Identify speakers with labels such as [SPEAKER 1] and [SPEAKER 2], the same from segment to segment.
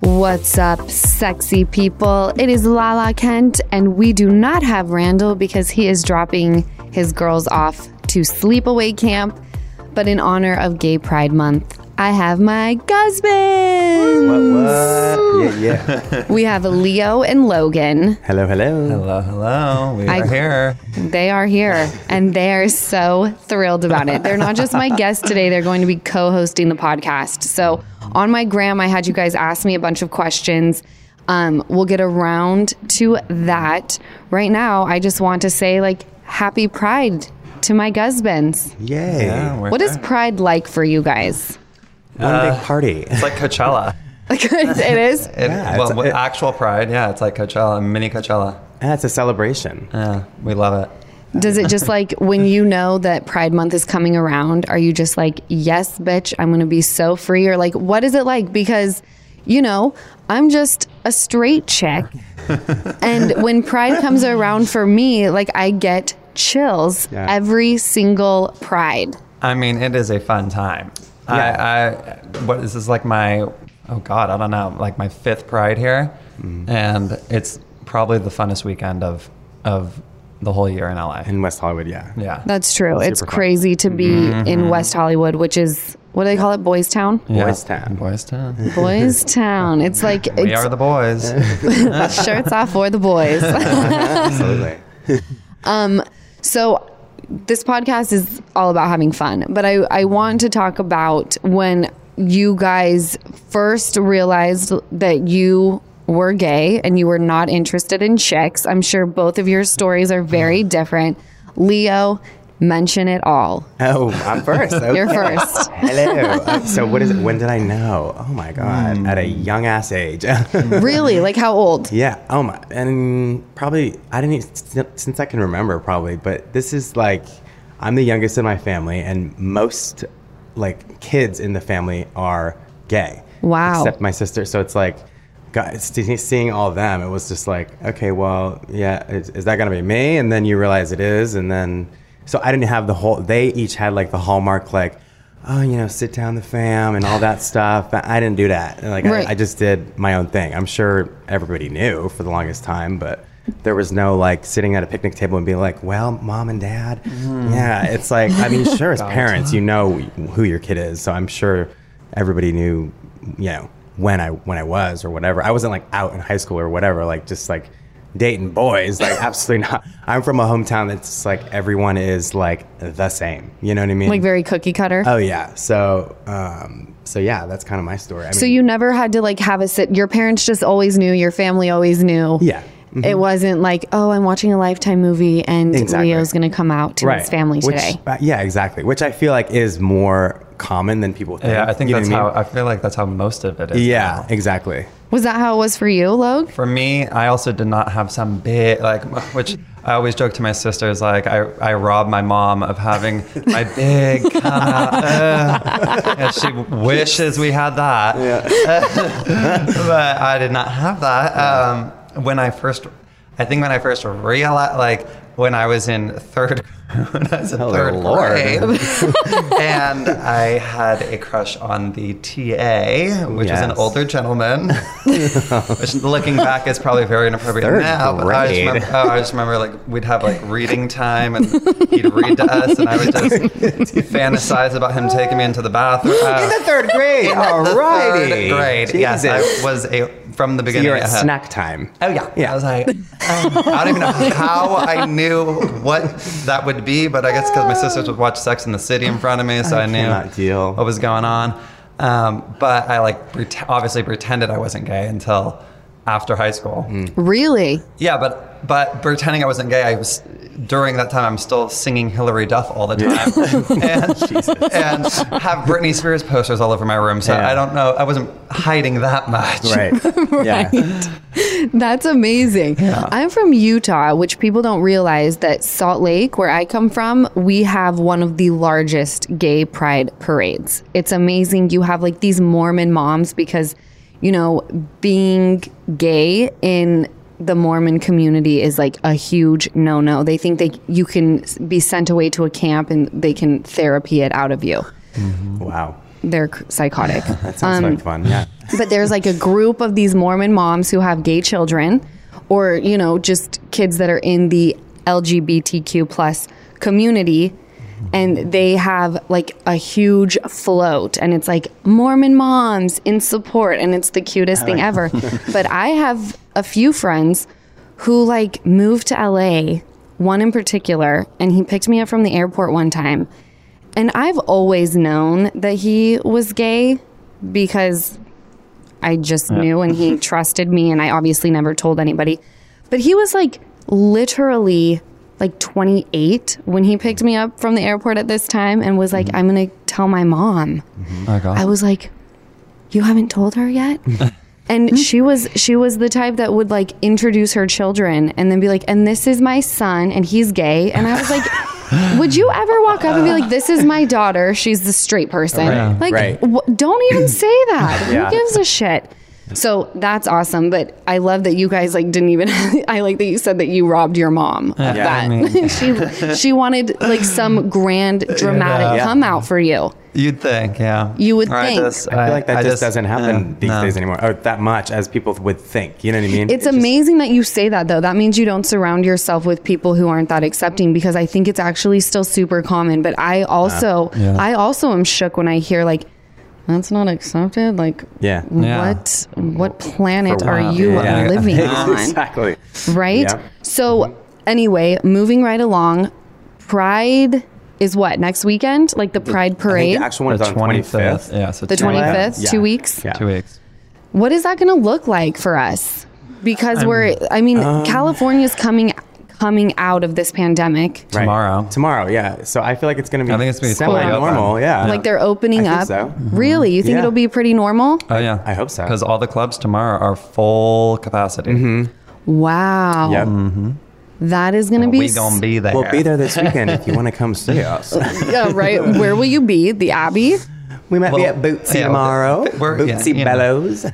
[SPEAKER 1] What's up, sexy people? It is Lala Kent, and we do not have Randall because he is dropping his girls off to sleepaway camp. But in honor of Gay Pride Month, I have my husband.
[SPEAKER 2] What, what? Yeah, yeah.
[SPEAKER 1] We have Leo and Logan.
[SPEAKER 2] Hello, hello.
[SPEAKER 3] Hello, hello. We
[SPEAKER 1] I-
[SPEAKER 3] are here.
[SPEAKER 1] They are here and they are so thrilled about it. They're not just my guests today, they're going to be co hosting the podcast. So, on my gram, I had you guys ask me a bunch of questions. Um, we'll get around to that. Right now, I just want to say, like, happy pride to my husbands.
[SPEAKER 2] Yay.
[SPEAKER 3] Yeah, we're
[SPEAKER 1] What is
[SPEAKER 3] here.
[SPEAKER 1] pride like for you guys?
[SPEAKER 2] One big party.
[SPEAKER 3] It's like Coachella.
[SPEAKER 1] Like, it is.
[SPEAKER 3] It-
[SPEAKER 2] Yeah, it's-
[SPEAKER 3] well, with
[SPEAKER 2] it-
[SPEAKER 3] actual pride. Yeah, it's like Coachella, mini Coachella.
[SPEAKER 2] Yeah, it's a celebration.
[SPEAKER 3] Yeah, we love it.
[SPEAKER 1] Does it just like when you know that Pride Month is coming around, are you just like, yes, bitch, I'm going to be so free? Or like, what is it like? Because, you know, I'm just a straight chick. and when Pride comes around for me, like, I get chills
[SPEAKER 2] Yeah.
[SPEAKER 1] every single Pride.
[SPEAKER 3] I mean, it is a fun time. I, I, what this is like my, oh God, I don't know, like my fifth pride here, and it's probably the funnest weekend of, of the whole year in LA.
[SPEAKER 2] In West Hollywood, yeah.
[SPEAKER 3] Yeah.
[SPEAKER 1] That's true. it's
[SPEAKER 2] fun. Mm-hmm.
[SPEAKER 1] crazy to be in West Hollywood, which is, what do they call it? Boys Town?
[SPEAKER 3] yeah.
[SPEAKER 2] Boys Town.
[SPEAKER 3] Boys Town.
[SPEAKER 1] Boys Town. It's like,
[SPEAKER 3] we
[SPEAKER 1] it's
[SPEAKER 3] are the boys.
[SPEAKER 1] shirts off for the boys.
[SPEAKER 2] Absolutely.
[SPEAKER 1] So this podcast is all about having fun, but I, I want to talk about when you guys first realized that you were gay and you were not interested in chicks. I'm sure both of your stories are very different. Leo, mention it all.
[SPEAKER 2] Oh, I'm first.
[SPEAKER 1] You're
[SPEAKER 2] okay.
[SPEAKER 1] first.
[SPEAKER 2] Hello. Uh, so, what is it? When did I know? Oh my God. At a young ass age.
[SPEAKER 1] Really? Like how old?
[SPEAKER 2] yeah. Oh my. And probably, I didn't even, since- since I can remember, probably, but this is like, I'm the youngest in my family, and most like kids in the family are gay.
[SPEAKER 1] Wow.
[SPEAKER 2] Except my sister. So it's like, guys, see- seeing all them, it was just like, okay, well, yeah, is, is that gonna be me? And then you realize it is, and then so I didn't have the whole. They each had like the hallmark, like, oh, you know, sit down the fam and all that stuff. But I didn't do that. And, like
[SPEAKER 1] Right.
[SPEAKER 2] I, I just did my own thing. I'm sure everybody knew for the longest time, but. There was no like sitting at a picnic table and being like, "Well, mom and dad, yeah." It's like, I mean, sure, as parents, you know who your kid is, so I'm sure everybody knew you know when I when I was or whatever. I wasn't like out in high school or whatever, like just like dating boys. Like absolutely not. I'm from a hometown that's just, like everyone is like the same. You know what I mean?
[SPEAKER 1] Like very cookie cutter.
[SPEAKER 2] oh yeah. So um so yeah, that's kind of my story. I mean,
[SPEAKER 1] so you never had to like have a sit. Your parents just always knew. Your family always knew.
[SPEAKER 2] yeah.
[SPEAKER 1] It wasn't like, oh, I'm watching a Lifetime movie and
[SPEAKER 2] Mm-hmm. Exactly.
[SPEAKER 1] Leo's going to come out to his family
[SPEAKER 2] Which-
[SPEAKER 1] today.
[SPEAKER 2] uh, yeah, exactly. Which I feel like is more common than people think.
[SPEAKER 3] Yeah, I think
[SPEAKER 2] You know
[SPEAKER 3] that's
[SPEAKER 2] what I
[SPEAKER 3] how,
[SPEAKER 2] mean?
[SPEAKER 3] I feel like that's how most of it is. now.
[SPEAKER 2] yeah, exactly.
[SPEAKER 1] Was that how it was for you, Logue?
[SPEAKER 3] For me, I also did not have some big like, which I always joke to my sisters like I, I robbed my mom of having my big come out. uh, and she wishes we had that, but I did not have that. Um, when I first, I think when I first realized, like when I was in third, when I was in
[SPEAKER 2] Oh,
[SPEAKER 3] third
[SPEAKER 2] Lord.
[SPEAKER 3] grade, and I had a crush on the TA, which was an
[SPEAKER 2] Yes.
[SPEAKER 3] older gentleman. Which, looking back, is probably very inappropriate
[SPEAKER 2] Third
[SPEAKER 3] now. But I just,
[SPEAKER 2] grade.
[SPEAKER 3] remember, oh, I just remember, like we'd have like reading time, and he'd read to us, and I would just fantasize about him taking me into the bathroom.
[SPEAKER 2] In
[SPEAKER 3] Uh,
[SPEAKER 2] the third grade. All
[SPEAKER 3] the
[SPEAKER 2] righty.
[SPEAKER 3] third grade. Yes, I was a from the beginning.
[SPEAKER 2] You're at
[SPEAKER 3] I had-
[SPEAKER 2] snack time.
[SPEAKER 3] Oh yeah,
[SPEAKER 2] Yeah.
[SPEAKER 3] I was like, um, I don't even know how I knew what that would be, but I guess because my sisters would watch Sex in the City in front of me, so I, knew
[SPEAKER 2] cannot deal.
[SPEAKER 3] what was going on. Um, but I like pret- obviously pretended I wasn't gay until after high school.
[SPEAKER 2] Hmm.
[SPEAKER 1] Really?
[SPEAKER 3] Yeah, but but pretending I wasn't gay, I was during that time. I'm still singing Hillary Duff all the time, and, and have Britney Spears posters all over my room. So
[SPEAKER 2] Yeah.
[SPEAKER 3] I don't know. I wasn't hiding that much.
[SPEAKER 2] Right. Yeah.
[SPEAKER 1] That's amazing. I'm from Utah, which people don't realize that Salt Lake, where I come from, we have one of the largest gay pride parades. It's amazing. You have like these Mormon moms because, you know, being gay in the Mormon community is like a huge no no. They think they you can be sent away to a camp and they can therapy it out of you.
[SPEAKER 2] Wow.
[SPEAKER 1] they're c- psychotic. Um,
[SPEAKER 2] That sounds like fun. Yeah.
[SPEAKER 1] but there's like a group of these Mormon moms who have gay children, or you know, just kids that are in the LGBTQ plus community, and they have like a huge float, and it's like Mormon moms in support, and it's the cutest thing ever. but I have a few friends who like moved to LA, one in particular, and he picked me up from the airport one time. And I've always known that he was gay because I just knew and he trusted me and I obviously never told anybody. But he was like literally like 28 when he picked me up from the airport at this time and was like I'm going to tell my mom.
[SPEAKER 3] Oh my God.
[SPEAKER 1] I was like, "You haven't told her yet." and she was she was the type that would like introduce her children and then be like, "And this is my son, and he's gay." And I was like, "Would you ever walk up and be like, "This is my daughter. She's the straight person."
[SPEAKER 2] Right,
[SPEAKER 1] like,
[SPEAKER 2] right.
[SPEAKER 1] wh- don't even say that.
[SPEAKER 2] Yeah.
[SPEAKER 1] Who gives a shit? So that's awesome, but I love that you guys like didn't even. I like that you said that you robbed your mom of
[SPEAKER 2] Yeah,
[SPEAKER 1] that.
[SPEAKER 2] I
[SPEAKER 1] she she wanted like some grand dramatic
[SPEAKER 2] Yeah.
[SPEAKER 1] come out for you.
[SPEAKER 3] You'd think, yeah.
[SPEAKER 1] You would
[SPEAKER 3] Or I
[SPEAKER 1] think.
[SPEAKER 3] just-
[SPEAKER 2] I feel like that
[SPEAKER 3] I
[SPEAKER 2] just, doesn't happen
[SPEAKER 3] yeah,
[SPEAKER 2] these
[SPEAKER 3] no.
[SPEAKER 2] days anymore, or that much as people would think. You know what I mean?
[SPEAKER 1] It's
[SPEAKER 2] It just-
[SPEAKER 1] amazing that you say that though. That means you don't surround yourself with people who aren't that accepting because I think it's actually still super common. But I also
[SPEAKER 3] Yeah.
[SPEAKER 1] I also am shook when I hear like that's not accepted. Like
[SPEAKER 2] Yeah.
[SPEAKER 3] Yeah.
[SPEAKER 1] what what planet
[SPEAKER 2] For
[SPEAKER 1] are
[SPEAKER 2] what?
[SPEAKER 1] you
[SPEAKER 3] Yeah.
[SPEAKER 1] living on?
[SPEAKER 2] exactly. Mm-hmm.
[SPEAKER 1] Right?
[SPEAKER 2] Yeah.
[SPEAKER 1] So anyway, moving right along, Pride is what, next weekend? Like the Pride
[SPEAKER 2] I think
[SPEAKER 1] Parade?
[SPEAKER 2] the actual one is
[SPEAKER 3] The
[SPEAKER 2] on twenty
[SPEAKER 3] 25th.
[SPEAKER 2] fifth.
[SPEAKER 3] Yeah, so
[SPEAKER 1] The
[SPEAKER 3] two
[SPEAKER 1] twenty
[SPEAKER 3] weeks.
[SPEAKER 1] fifth,
[SPEAKER 2] Yeah.
[SPEAKER 1] two weeks.
[SPEAKER 2] Yeah.
[SPEAKER 3] Two weeks.
[SPEAKER 1] what is that going to look like for us? Because we're, I mean,
[SPEAKER 2] Um,
[SPEAKER 1] California's coming coming out of this pandemic.
[SPEAKER 2] Right.
[SPEAKER 3] Tomorrow.
[SPEAKER 2] Tomorrow, yeah. So I feel like it's going to be
[SPEAKER 3] I think it's gonna be fully
[SPEAKER 2] semi normal,
[SPEAKER 3] open.
[SPEAKER 2] yeah.
[SPEAKER 1] Like they're opening
[SPEAKER 2] I
[SPEAKER 1] up. Mm-hmm.
[SPEAKER 2] think so.
[SPEAKER 1] Really, you think
[SPEAKER 2] Yeah. Uh,
[SPEAKER 1] it'll be pretty normal?
[SPEAKER 3] Oh yeah,
[SPEAKER 2] I hope so. Mm-hmm.
[SPEAKER 3] Because all the clubs tomorrow are full capacity.
[SPEAKER 1] Wow,
[SPEAKER 2] Yep.
[SPEAKER 3] Mm.
[SPEAKER 1] that is going to be.
[SPEAKER 3] We gonna be there.
[SPEAKER 2] We'll be there this weekend if you want to come see us.
[SPEAKER 1] s- yeah, right. Where will you be? The Abbey.
[SPEAKER 2] We might be
[SPEAKER 3] Well,
[SPEAKER 2] at Bootsy
[SPEAKER 3] yeah,
[SPEAKER 2] tomorrow.
[SPEAKER 3] we're- yeah,
[SPEAKER 2] Bootsy
[SPEAKER 3] you know.
[SPEAKER 2] Bellows.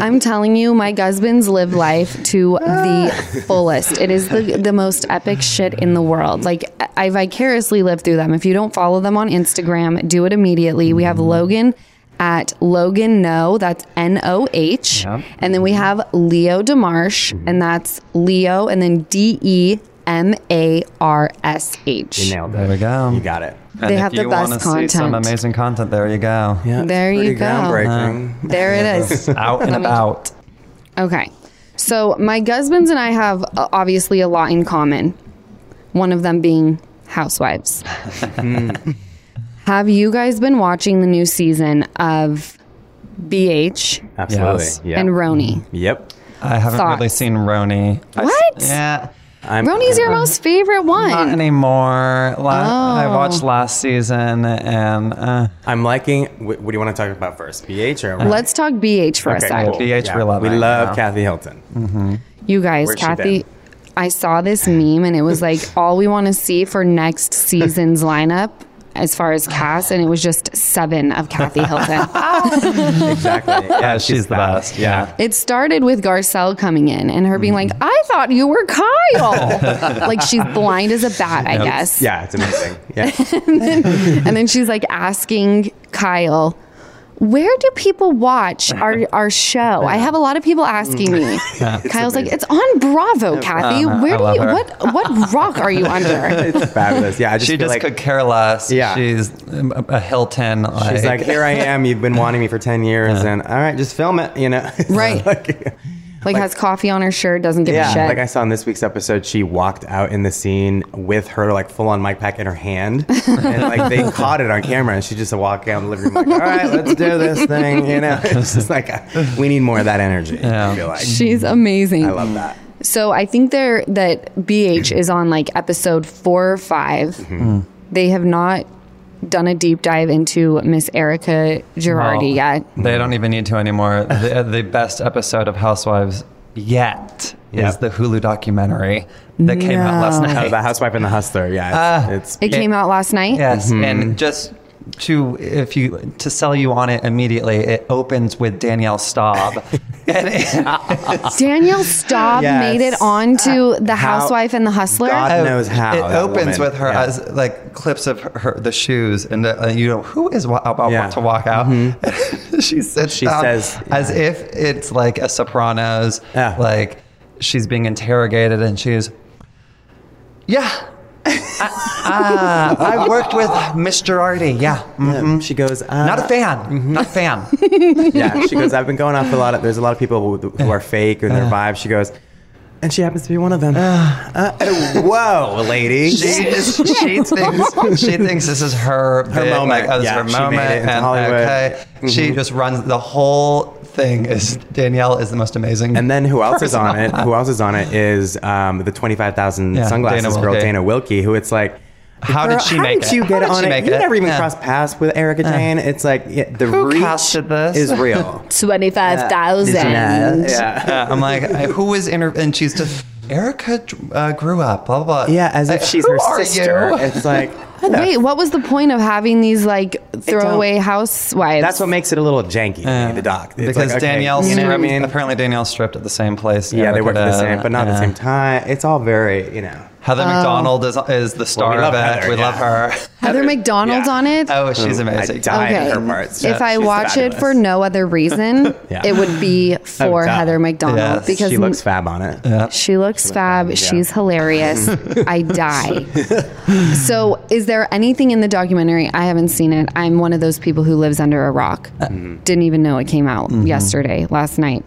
[SPEAKER 1] I'm telling you, my husband's lived life to the fullest. It is the, the most epic shit in the world. Like, I vicariously live through them. If you don't follow them on Instagram, do it immediately. We
[SPEAKER 2] Mm-hmm.
[SPEAKER 1] have Logan at Logan No, that's N O H.
[SPEAKER 3] Yep.
[SPEAKER 1] And then we have Leo DeMarsh,
[SPEAKER 2] Mm-hmm.
[SPEAKER 1] and that's Leo, and then D E M A R S H.
[SPEAKER 2] You nailed it.
[SPEAKER 3] There we go.
[SPEAKER 2] You got it.
[SPEAKER 3] And
[SPEAKER 1] They
[SPEAKER 3] if
[SPEAKER 1] have the
[SPEAKER 3] you
[SPEAKER 1] best
[SPEAKER 3] wanna See some
[SPEAKER 1] content.
[SPEAKER 3] amazing content. There you go.
[SPEAKER 2] Yeah, it's
[SPEAKER 1] There you
[SPEAKER 2] pretty
[SPEAKER 1] go.
[SPEAKER 2] groundbreaking.
[SPEAKER 3] Uh-huh.
[SPEAKER 1] There it is.
[SPEAKER 3] Out and about.
[SPEAKER 1] Okay. So my husbands and I have uh, obviously a lot in common. One of them being housewives.
[SPEAKER 2] Hmm.
[SPEAKER 1] have you guys been watching the new season of BH
[SPEAKER 2] Absolutely.
[SPEAKER 3] Yes.
[SPEAKER 2] Yeah.
[SPEAKER 1] and Roni?
[SPEAKER 2] Yep.
[SPEAKER 3] I haven't really
[SPEAKER 1] Thoughts?
[SPEAKER 3] seen Roni. I s-
[SPEAKER 1] What?
[SPEAKER 3] yeah.
[SPEAKER 2] I'm,
[SPEAKER 1] Roni's your most favorite
[SPEAKER 3] Not
[SPEAKER 1] one.
[SPEAKER 3] anymore. La- I
[SPEAKER 1] Oh.
[SPEAKER 3] watched last season and uh,
[SPEAKER 2] I'm liking. wh- What do you want to talk about first? BH or
[SPEAKER 1] Let's talk BH for a
[SPEAKER 2] Okay,
[SPEAKER 1] second.
[SPEAKER 2] cool.
[SPEAKER 3] BH
[SPEAKER 2] Yeah.
[SPEAKER 3] we love
[SPEAKER 2] We
[SPEAKER 3] right
[SPEAKER 2] love
[SPEAKER 3] now. Mm.
[SPEAKER 2] Kathy Hilton.
[SPEAKER 1] You guys,
[SPEAKER 2] Where's she
[SPEAKER 1] Kathy,
[SPEAKER 2] been?
[SPEAKER 1] I saw this meme and it was like all we want to see for next season's lineup as far as cast, and it was just seven of Kathy Hilton.
[SPEAKER 2] Exactly. Yeah,
[SPEAKER 3] she's the best, yeah.
[SPEAKER 1] It started with Garcelle coming in and her being like, I thought you were Kyle. like she's blind as a bat, I guess.
[SPEAKER 2] Yeah, it's amazing. Yeah.
[SPEAKER 1] And then she's like asking Kyle, where do people watch our, our show? I have a lot of people asking me. Kyle's like, it's on
[SPEAKER 2] Uh-huh.
[SPEAKER 1] Bravo, Kathy. Where do
[SPEAKER 3] love
[SPEAKER 1] you
[SPEAKER 3] her.
[SPEAKER 1] what what rock are you under?
[SPEAKER 2] it's fabulous. Yeah, I just
[SPEAKER 3] she
[SPEAKER 2] feel
[SPEAKER 3] just
[SPEAKER 2] like
[SPEAKER 3] could care less.
[SPEAKER 2] Yeah.
[SPEAKER 3] She's um, a a Hilton. Like,
[SPEAKER 2] She's like, here I am. You've been wanting me for ten years, and all right, just film it. You know, It's
[SPEAKER 1] Right.
[SPEAKER 2] like-
[SPEAKER 1] Like, has coffee on her shirt, doesn't give a
[SPEAKER 2] yeah,
[SPEAKER 1] shit.
[SPEAKER 2] like I saw in this week's episode, she walked out in the scene with her like full on mic pack in her hand, and like they caught it on camera, and she just walked out in the living room like, all right, let's do this thing. You know, it's just like uh, we need more of that energy. I feel like
[SPEAKER 1] she's amazing.
[SPEAKER 2] I love that.
[SPEAKER 1] So I think they're that BH is on like episode four or 5 They have not done a deep dive into Miss Erica Girardi
[SPEAKER 3] Well,
[SPEAKER 1] yet.
[SPEAKER 3] They don't even need to anymore. The, uh, the best episode of Housewives yet is
[SPEAKER 2] Yep.
[SPEAKER 3] the Hulu documentary that came out last
[SPEAKER 1] No.
[SPEAKER 2] Oh,
[SPEAKER 3] night.
[SPEAKER 2] the housewife and the hustler. Yeah, it's,
[SPEAKER 1] It
[SPEAKER 2] it's
[SPEAKER 1] came out last night.
[SPEAKER 3] Yes,
[SPEAKER 2] Mm-hmm.
[SPEAKER 3] and just to if you to sell you on it immediately, it opens with Danielle Staub And it-
[SPEAKER 1] Danielle Staub
[SPEAKER 2] Yes. Uh,
[SPEAKER 1] made it onto The
[SPEAKER 2] How-
[SPEAKER 1] Housewife and The Hustler.
[SPEAKER 2] God knows how.
[SPEAKER 3] It
[SPEAKER 2] that
[SPEAKER 3] opens
[SPEAKER 2] woman-
[SPEAKER 3] with her
[SPEAKER 2] yeah.
[SPEAKER 3] as like clips of her the shoes, and uh, you know who is wa- about
[SPEAKER 2] Yeah. Mm-hmm.
[SPEAKER 3] to walk out. she sits
[SPEAKER 2] She
[SPEAKER 3] down
[SPEAKER 2] says-
[SPEAKER 3] as if it's like a Sopranos,
[SPEAKER 2] Yeah.
[SPEAKER 3] like she's being interrogated, and she's yeah. I,
[SPEAKER 2] ah,
[SPEAKER 3] uh, I worked with Miss Girardi. Yeah, Mm.
[SPEAKER 2] Yeah, She goes, uh,
[SPEAKER 3] not a fan. Not a fan.
[SPEAKER 2] yeah, she goes, I've been going off a lot of, there's a lot of people who- who are fake and their vibe. She goes, and she happens to be one of them. Uh, oh, whoa, lady.
[SPEAKER 3] she, she thinks she thinks this is her her
[SPEAKER 2] moment.
[SPEAKER 3] Like, oh, this is
[SPEAKER 2] Yeah,
[SPEAKER 3] her
[SPEAKER 2] she made
[SPEAKER 3] moment.
[SPEAKER 2] it into
[SPEAKER 3] and
[SPEAKER 2] Hollywood. Mm-hmm.
[SPEAKER 3] okay, she just runs the whole thing. Is Danielle is the most amazing.
[SPEAKER 2] And then who else is on it? Who else is on it is um, the 25,000
[SPEAKER 3] Yeah,
[SPEAKER 2] sunglasses
[SPEAKER 3] Dana
[SPEAKER 2] girl,
[SPEAKER 3] Wilkie.
[SPEAKER 2] Dana Wilkie, who it's like,
[SPEAKER 3] How did
[SPEAKER 2] "Girl,
[SPEAKER 3] she
[SPEAKER 2] how
[SPEAKER 3] make
[SPEAKER 2] did
[SPEAKER 3] it?
[SPEAKER 2] you get
[SPEAKER 3] How did
[SPEAKER 2] on
[SPEAKER 3] she
[SPEAKER 2] it?
[SPEAKER 3] make
[SPEAKER 2] you
[SPEAKER 3] it?"
[SPEAKER 2] never even
[SPEAKER 3] Yeah.
[SPEAKER 2] crossed paths with Erica Jane. It's like, yeah, the
[SPEAKER 3] Who
[SPEAKER 2] reach
[SPEAKER 3] casted this?
[SPEAKER 2] is real.
[SPEAKER 1] $25,000.
[SPEAKER 2] Yeah.
[SPEAKER 3] Yeah, I'm like, I- who was in her? And she's just Erica uh, grew up. Blah blah. blah.
[SPEAKER 2] Yeah, as if
[SPEAKER 3] Like,
[SPEAKER 2] she's
[SPEAKER 3] who
[SPEAKER 2] her
[SPEAKER 3] are
[SPEAKER 2] sister.
[SPEAKER 3] you?
[SPEAKER 2] It's like, hello.
[SPEAKER 1] Wait, what was the point of having these like throwaway housewives?
[SPEAKER 2] That's what makes it a little janky, to me, the doc. It's
[SPEAKER 3] Because
[SPEAKER 2] like, okay,
[SPEAKER 3] Danielle,
[SPEAKER 2] you know what I mean?
[SPEAKER 3] apparently Danielle stripped at the same place.
[SPEAKER 2] Yeah, they
[SPEAKER 3] Erica
[SPEAKER 2] work at the
[SPEAKER 3] did,
[SPEAKER 2] same, but not at the
[SPEAKER 3] yeah.
[SPEAKER 2] same time. It's all very, you know.
[SPEAKER 3] Heather McDonald is, is the star
[SPEAKER 2] we love
[SPEAKER 3] of it.
[SPEAKER 2] Heather,
[SPEAKER 3] we
[SPEAKER 2] yeah.
[SPEAKER 3] love her.
[SPEAKER 1] Heather McDonald's
[SPEAKER 2] yeah.
[SPEAKER 1] on it?
[SPEAKER 3] Oh, she's
[SPEAKER 2] I
[SPEAKER 3] amazing.
[SPEAKER 2] die at her parts.
[SPEAKER 1] If I
[SPEAKER 2] She's
[SPEAKER 1] watch it
[SPEAKER 2] fabulous.
[SPEAKER 1] for no other reason,
[SPEAKER 2] Yeah.
[SPEAKER 1] it would be for
[SPEAKER 2] duh.
[SPEAKER 1] Heather McDonald
[SPEAKER 3] Yes,
[SPEAKER 1] because
[SPEAKER 2] she looks fab on it.
[SPEAKER 1] she looks fab. She's hilarious. I die. so, is there anything in the documentary? I haven't seen it. I'm one of those people who lives under a rock. Didn't even know it came out
[SPEAKER 3] Mm-hmm.
[SPEAKER 1] yesterday, last night.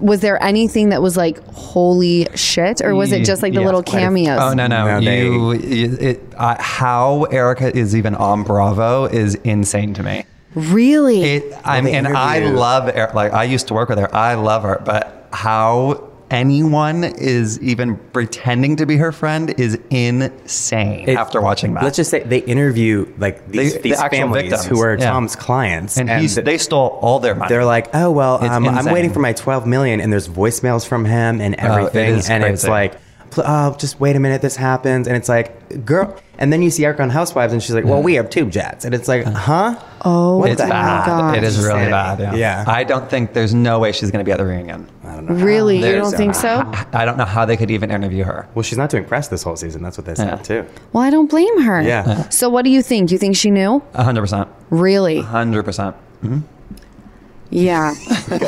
[SPEAKER 1] Was there anything that was like, holy shit? Or was it just like the
[SPEAKER 3] Yes,
[SPEAKER 1] little
[SPEAKER 2] quite a-
[SPEAKER 1] cameos?
[SPEAKER 3] Oh no no!
[SPEAKER 2] No, they-
[SPEAKER 3] you, you it, uh, how Erica is even on Bravo is insane to me.
[SPEAKER 1] Really?
[SPEAKER 3] It I
[SPEAKER 2] the
[SPEAKER 3] mean, and I
[SPEAKER 2] interviews.
[SPEAKER 3] love Er- like I used to work with her. I love her, but how anyone is even pretending to be her friend is insane.
[SPEAKER 2] It-
[SPEAKER 3] after watching that,
[SPEAKER 2] Let's just say they interview like these,
[SPEAKER 3] They- the
[SPEAKER 2] these
[SPEAKER 3] actual
[SPEAKER 2] families
[SPEAKER 3] victims,
[SPEAKER 2] who are
[SPEAKER 3] yeah.
[SPEAKER 2] Tom's clients,
[SPEAKER 3] and, he's,
[SPEAKER 2] th-
[SPEAKER 3] they stole all their money.
[SPEAKER 2] they're like, "Oh well, um, I'm
[SPEAKER 3] insane. Oh,
[SPEAKER 2] waiting for my 12 million, and there's voicemails from him and
[SPEAKER 3] it
[SPEAKER 2] everything,
[SPEAKER 3] is
[SPEAKER 2] and it's
[SPEAKER 3] crazy.
[SPEAKER 2] like, pl- "Oh, just wait a minute, this happens," and it's like, "Girl," and then you see Erica on Housewives, and she's like, "Well, we have tube jets," and it's like, "Huh?
[SPEAKER 1] Oh
[SPEAKER 2] What
[SPEAKER 3] it's
[SPEAKER 2] the
[SPEAKER 3] bad.
[SPEAKER 1] gosh.
[SPEAKER 3] It is really bad. Yeah.
[SPEAKER 2] Yeah.
[SPEAKER 3] I don't think there's no way she's going to be at the reunion. um,
[SPEAKER 1] really? You
[SPEAKER 2] There's
[SPEAKER 1] don't think so?
[SPEAKER 3] I, I don't know how they could even interview her.
[SPEAKER 2] Well, she's not doing press this whole season. That's what they said
[SPEAKER 3] Yeah.
[SPEAKER 2] too.
[SPEAKER 1] Well, I don't blame her.
[SPEAKER 2] Yeah.
[SPEAKER 1] So, what do you think? You think she knew?
[SPEAKER 3] hundred percent.
[SPEAKER 1] Really?
[SPEAKER 3] Hundred percent.
[SPEAKER 1] Yeah.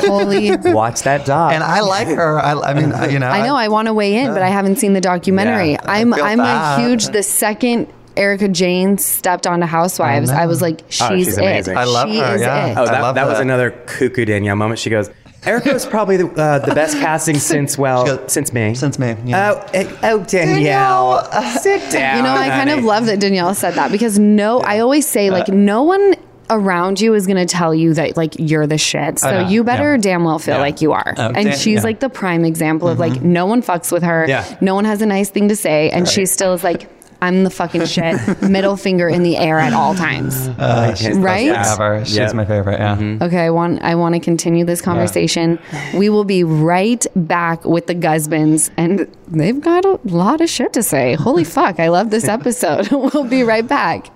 [SPEAKER 1] Holy
[SPEAKER 2] Watch that doc.
[SPEAKER 3] And I like her. I, I mean, I- you know,
[SPEAKER 1] I know I want to weigh in, but I haven't seen the documentary.
[SPEAKER 3] Yeah, I
[SPEAKER 1] I'm
[SPEAKER 3] feel
[SPEAKER 1] I'm
[SPEAKER 3] bad.
[SPEAKER 1] a huge the second Erica Jane stepped onto Housewives, I, was
[SPEAKER 3] Oh,
[SPEAKER 1] like, she's,
[SPEAKER 2] she's
[SPEAKER 1] it.
[SPEAKER 2] amazing. I
[SPEAKER 3] love
[SPEAKER 1] she
[SPEAKER 3] her,
[SPEAKER 1] Is
[SPEAKER 3] yeah.
[SPEAKER 1] it.
[SPEAKER 2] Oh,
[SPEAKER 3] I
[SPEAKER 2] that,
[SPEAKER 3] love
[SPEAKER 2] that, was
[SPEAKER 3] that.
[SPEAKER 2] another cuckoo Danielle moment. She goes, Erica was probably the, uh, the best casting since, well,
[SPEAKER 3] She goes,
[SPEAKER 2] since me.
[SPEAKER 3] since me, yeah.
[SPEAKER 2] Oh, eh, oh Danielle. Sit down.
[SPEAKER 1] You know, I kind of
[SPEAKER 2] honey.
[SPEAKER 1] love that Danielle said that because no, I always say like no one around you is going to tell you that like you're the shit. So
[SPEAKER 3] know,
[SPEAKER 1] you better
[SPEAKER 3] yeah.
[SPEAKER 1] damn well feel
[SPEAKER 3] Yeah.
[SPEAKER 1] like you are.
[SPEAKER 3] Oh,
[SPEAKER 1] and
[SPEAKER 3] Dan-
[SPEAKER 1] she's
[SPEAKER 3] yeah. Mm-hmm.
[SPEAKER 1] like the prime example of like no one fucks with her.
[SPEAKER 2] Yeah.
[SPEAKER 1] No one has a nice thing to say and she still is like I'm the fucking shit. Middle finger in the air at all times.
[SPEAKER 2] Uh, she's the best
[SPEAKER 1] Right?
[SPEAKER 2] cast.
[SPEAKER 3] ever. She's
[SPEAKER 2] Yeah. Mm-hmm.
[SPEAKER 3] my favorite. Yeah. Uh,
[SPEAKER 1] Okay, I want I want to continue this conversation. We will be right back with the Guzmans, and they've got a lot of shit to say. Holy fuck! I love this episode. we'll be right back.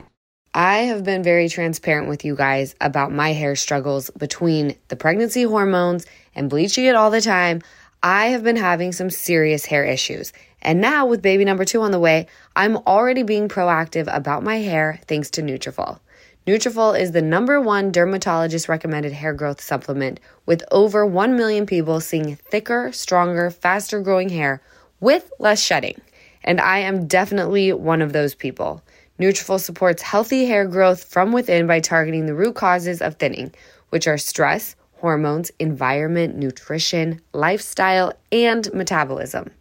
[SPEAKER 4] I have been very transparent with you guys about my hair struggles between the pregnancy hormones and bleaching it all the time. I have been having some serious hair issues. And now with baby number 2 on the way, I'm already being proactive about my hair thanks to Nutrafol. Nutrafol is the number one dermatologist recommended hair growth supplement with over 1 million people seeing thicker, stronger, faster growing hair with less shedding. And I am definitely one of those people. Nutrafol supports healthy hair growth from within by targeting the root causes of thinning, which are stress, hormones, environment, nutrition, lifestyle, and metabolism.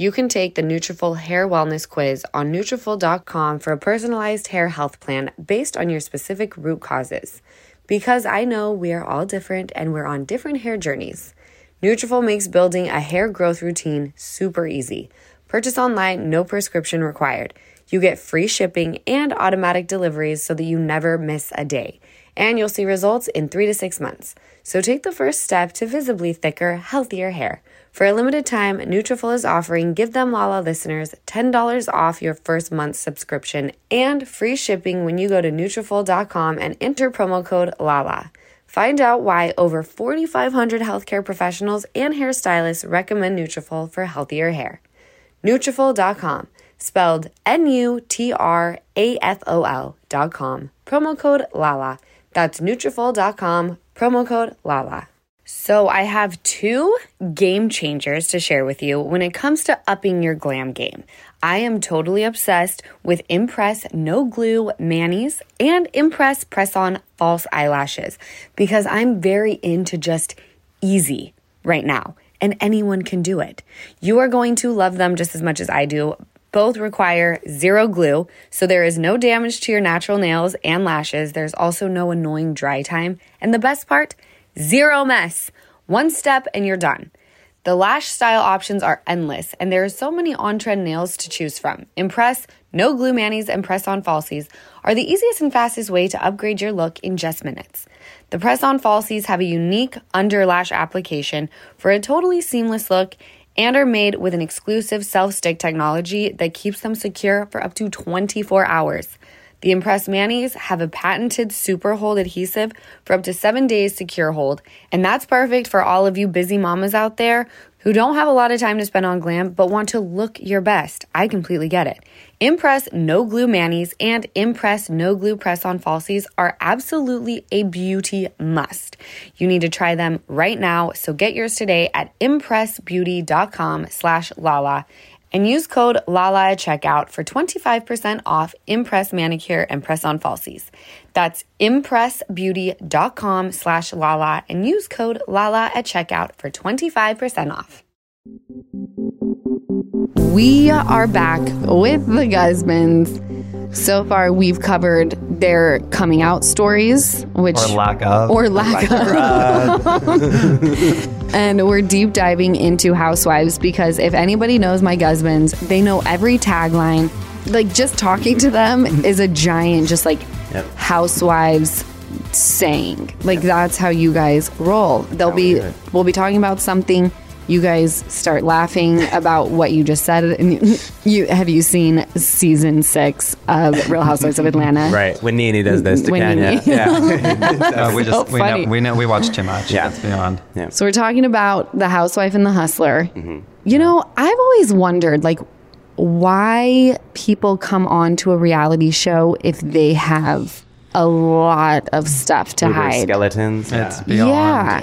[SPEAKER 4] You can take the Nutrafol Hair Wellness Quiz on Nutrafol.com for a personalized hair health plan based on your specific root causes. Because I know we are all different and we're on different hair journeys. Nutrafol makes building a hair growth routine super easy. Purchase online, no prescription required. You get free shipping and automatic deliveries so that you never miss a day. And you'll see results in three to six months. So take the first step to visibly thicker, healthier hair. For a limited time, Nutrafol is offering Give Them Lala listeners $10 off your first month's subscription and free shipping when you go to Nutrafol.com and enter promo code LALA. Find out why over 4,500 healthcare professionals and hairstylists recommend Nutrafol for healthier hair. Nutrafol.com, spelled N-U-T-R-A-F-O-L.com. Promo code LALA. That's Nutrafol.com, promo code LALA. So, I have two game changers to share with you when it comes to upping your glam game. I am totally obsessed with Impress No Glue Manis and Impress Press On False Eyelashes because I'm very into just easy right now and anyone can do it. You are going to love them just as much as I do. Both require zero glue, so there is no damage to your natural nails and lashes. There's also no annoying dry time. And the best part, zero mess. One step and you're done. The lash style options are endless, and there are so many on trend nails to choose from. Impress, no glue manis, and press on falsies are the easiest and fastest way to upgrade your look in just minutes. The press on falsies have a unique under lash application for a totally seamless look and are made with an exclusive self stick technology that keeps them secure for up to 24 hours. The Impress Manis have a patented super hold adhesive for up to seven days secure hold, and that's perfect for all of you busy mamas out there who don't have a lot of time to spend on glam but want to look your best. I completely get it. Impress No Glue Manis and Impress No Glue Press On Falsies are absolutely a beauty must. You need to try them right now, so get yours today at impressbeauty.com slash lala and use code LALA at checkout for 25% off Impress Manicure and Press On Falsies. That's impressbeauty.com slash LALA and use code LALA at checkout for 25% off.
[SPEAKER 1] We are back with the Guzmans. So far, we've covered their coming out stories, which
[SPEAKER 3] Or lack of.
[SPEAKER 1] or lack of. and we're deep diving into Housewives because if anybody knows my husbands, they know every tagline. Like just talking to them is a giant, just like
[SPEAKER 2] Yep.
[SPEAKER 1] Housewives saying. Like that's how you guys roll. They'll
[SPEAKER 2] we
[SPEAKER 1] be
[SPEAKER 2] do it.
[SPEAKER 1] we'll be talking about something. You guys start laughing about what you just said. And you have you seen season six of Real Housewives of Atlanta?
[SPEAKER 2] Right. When Nene does this to
[SPEAKER 1] When
[SPEAKER 2] Kenya.
[SPEAKER 1] Nene.
[SPEAKER 2] Yeah.
[SPEAKER 3] No, we just we,
[SPEAKER 1] funny.
[SPEAKER 3] know, we know we watch too much.
[SPEAKER 2] Yeah.
[SPEAKER 3] Yeah, it's beyond.
[SPEAKER 2] yeah.
[SPEAKER 1] So we're talking about the housewife and the hustler. You know, I've always wondered like why people come on to a reality show if they have a lot of stuff to
[SPEAKER 2] Uber
[SPEAKER 1] hide.
[SPEAKER 2] Skeletons. Yeah.
[SPEAKER 3] It's beyond.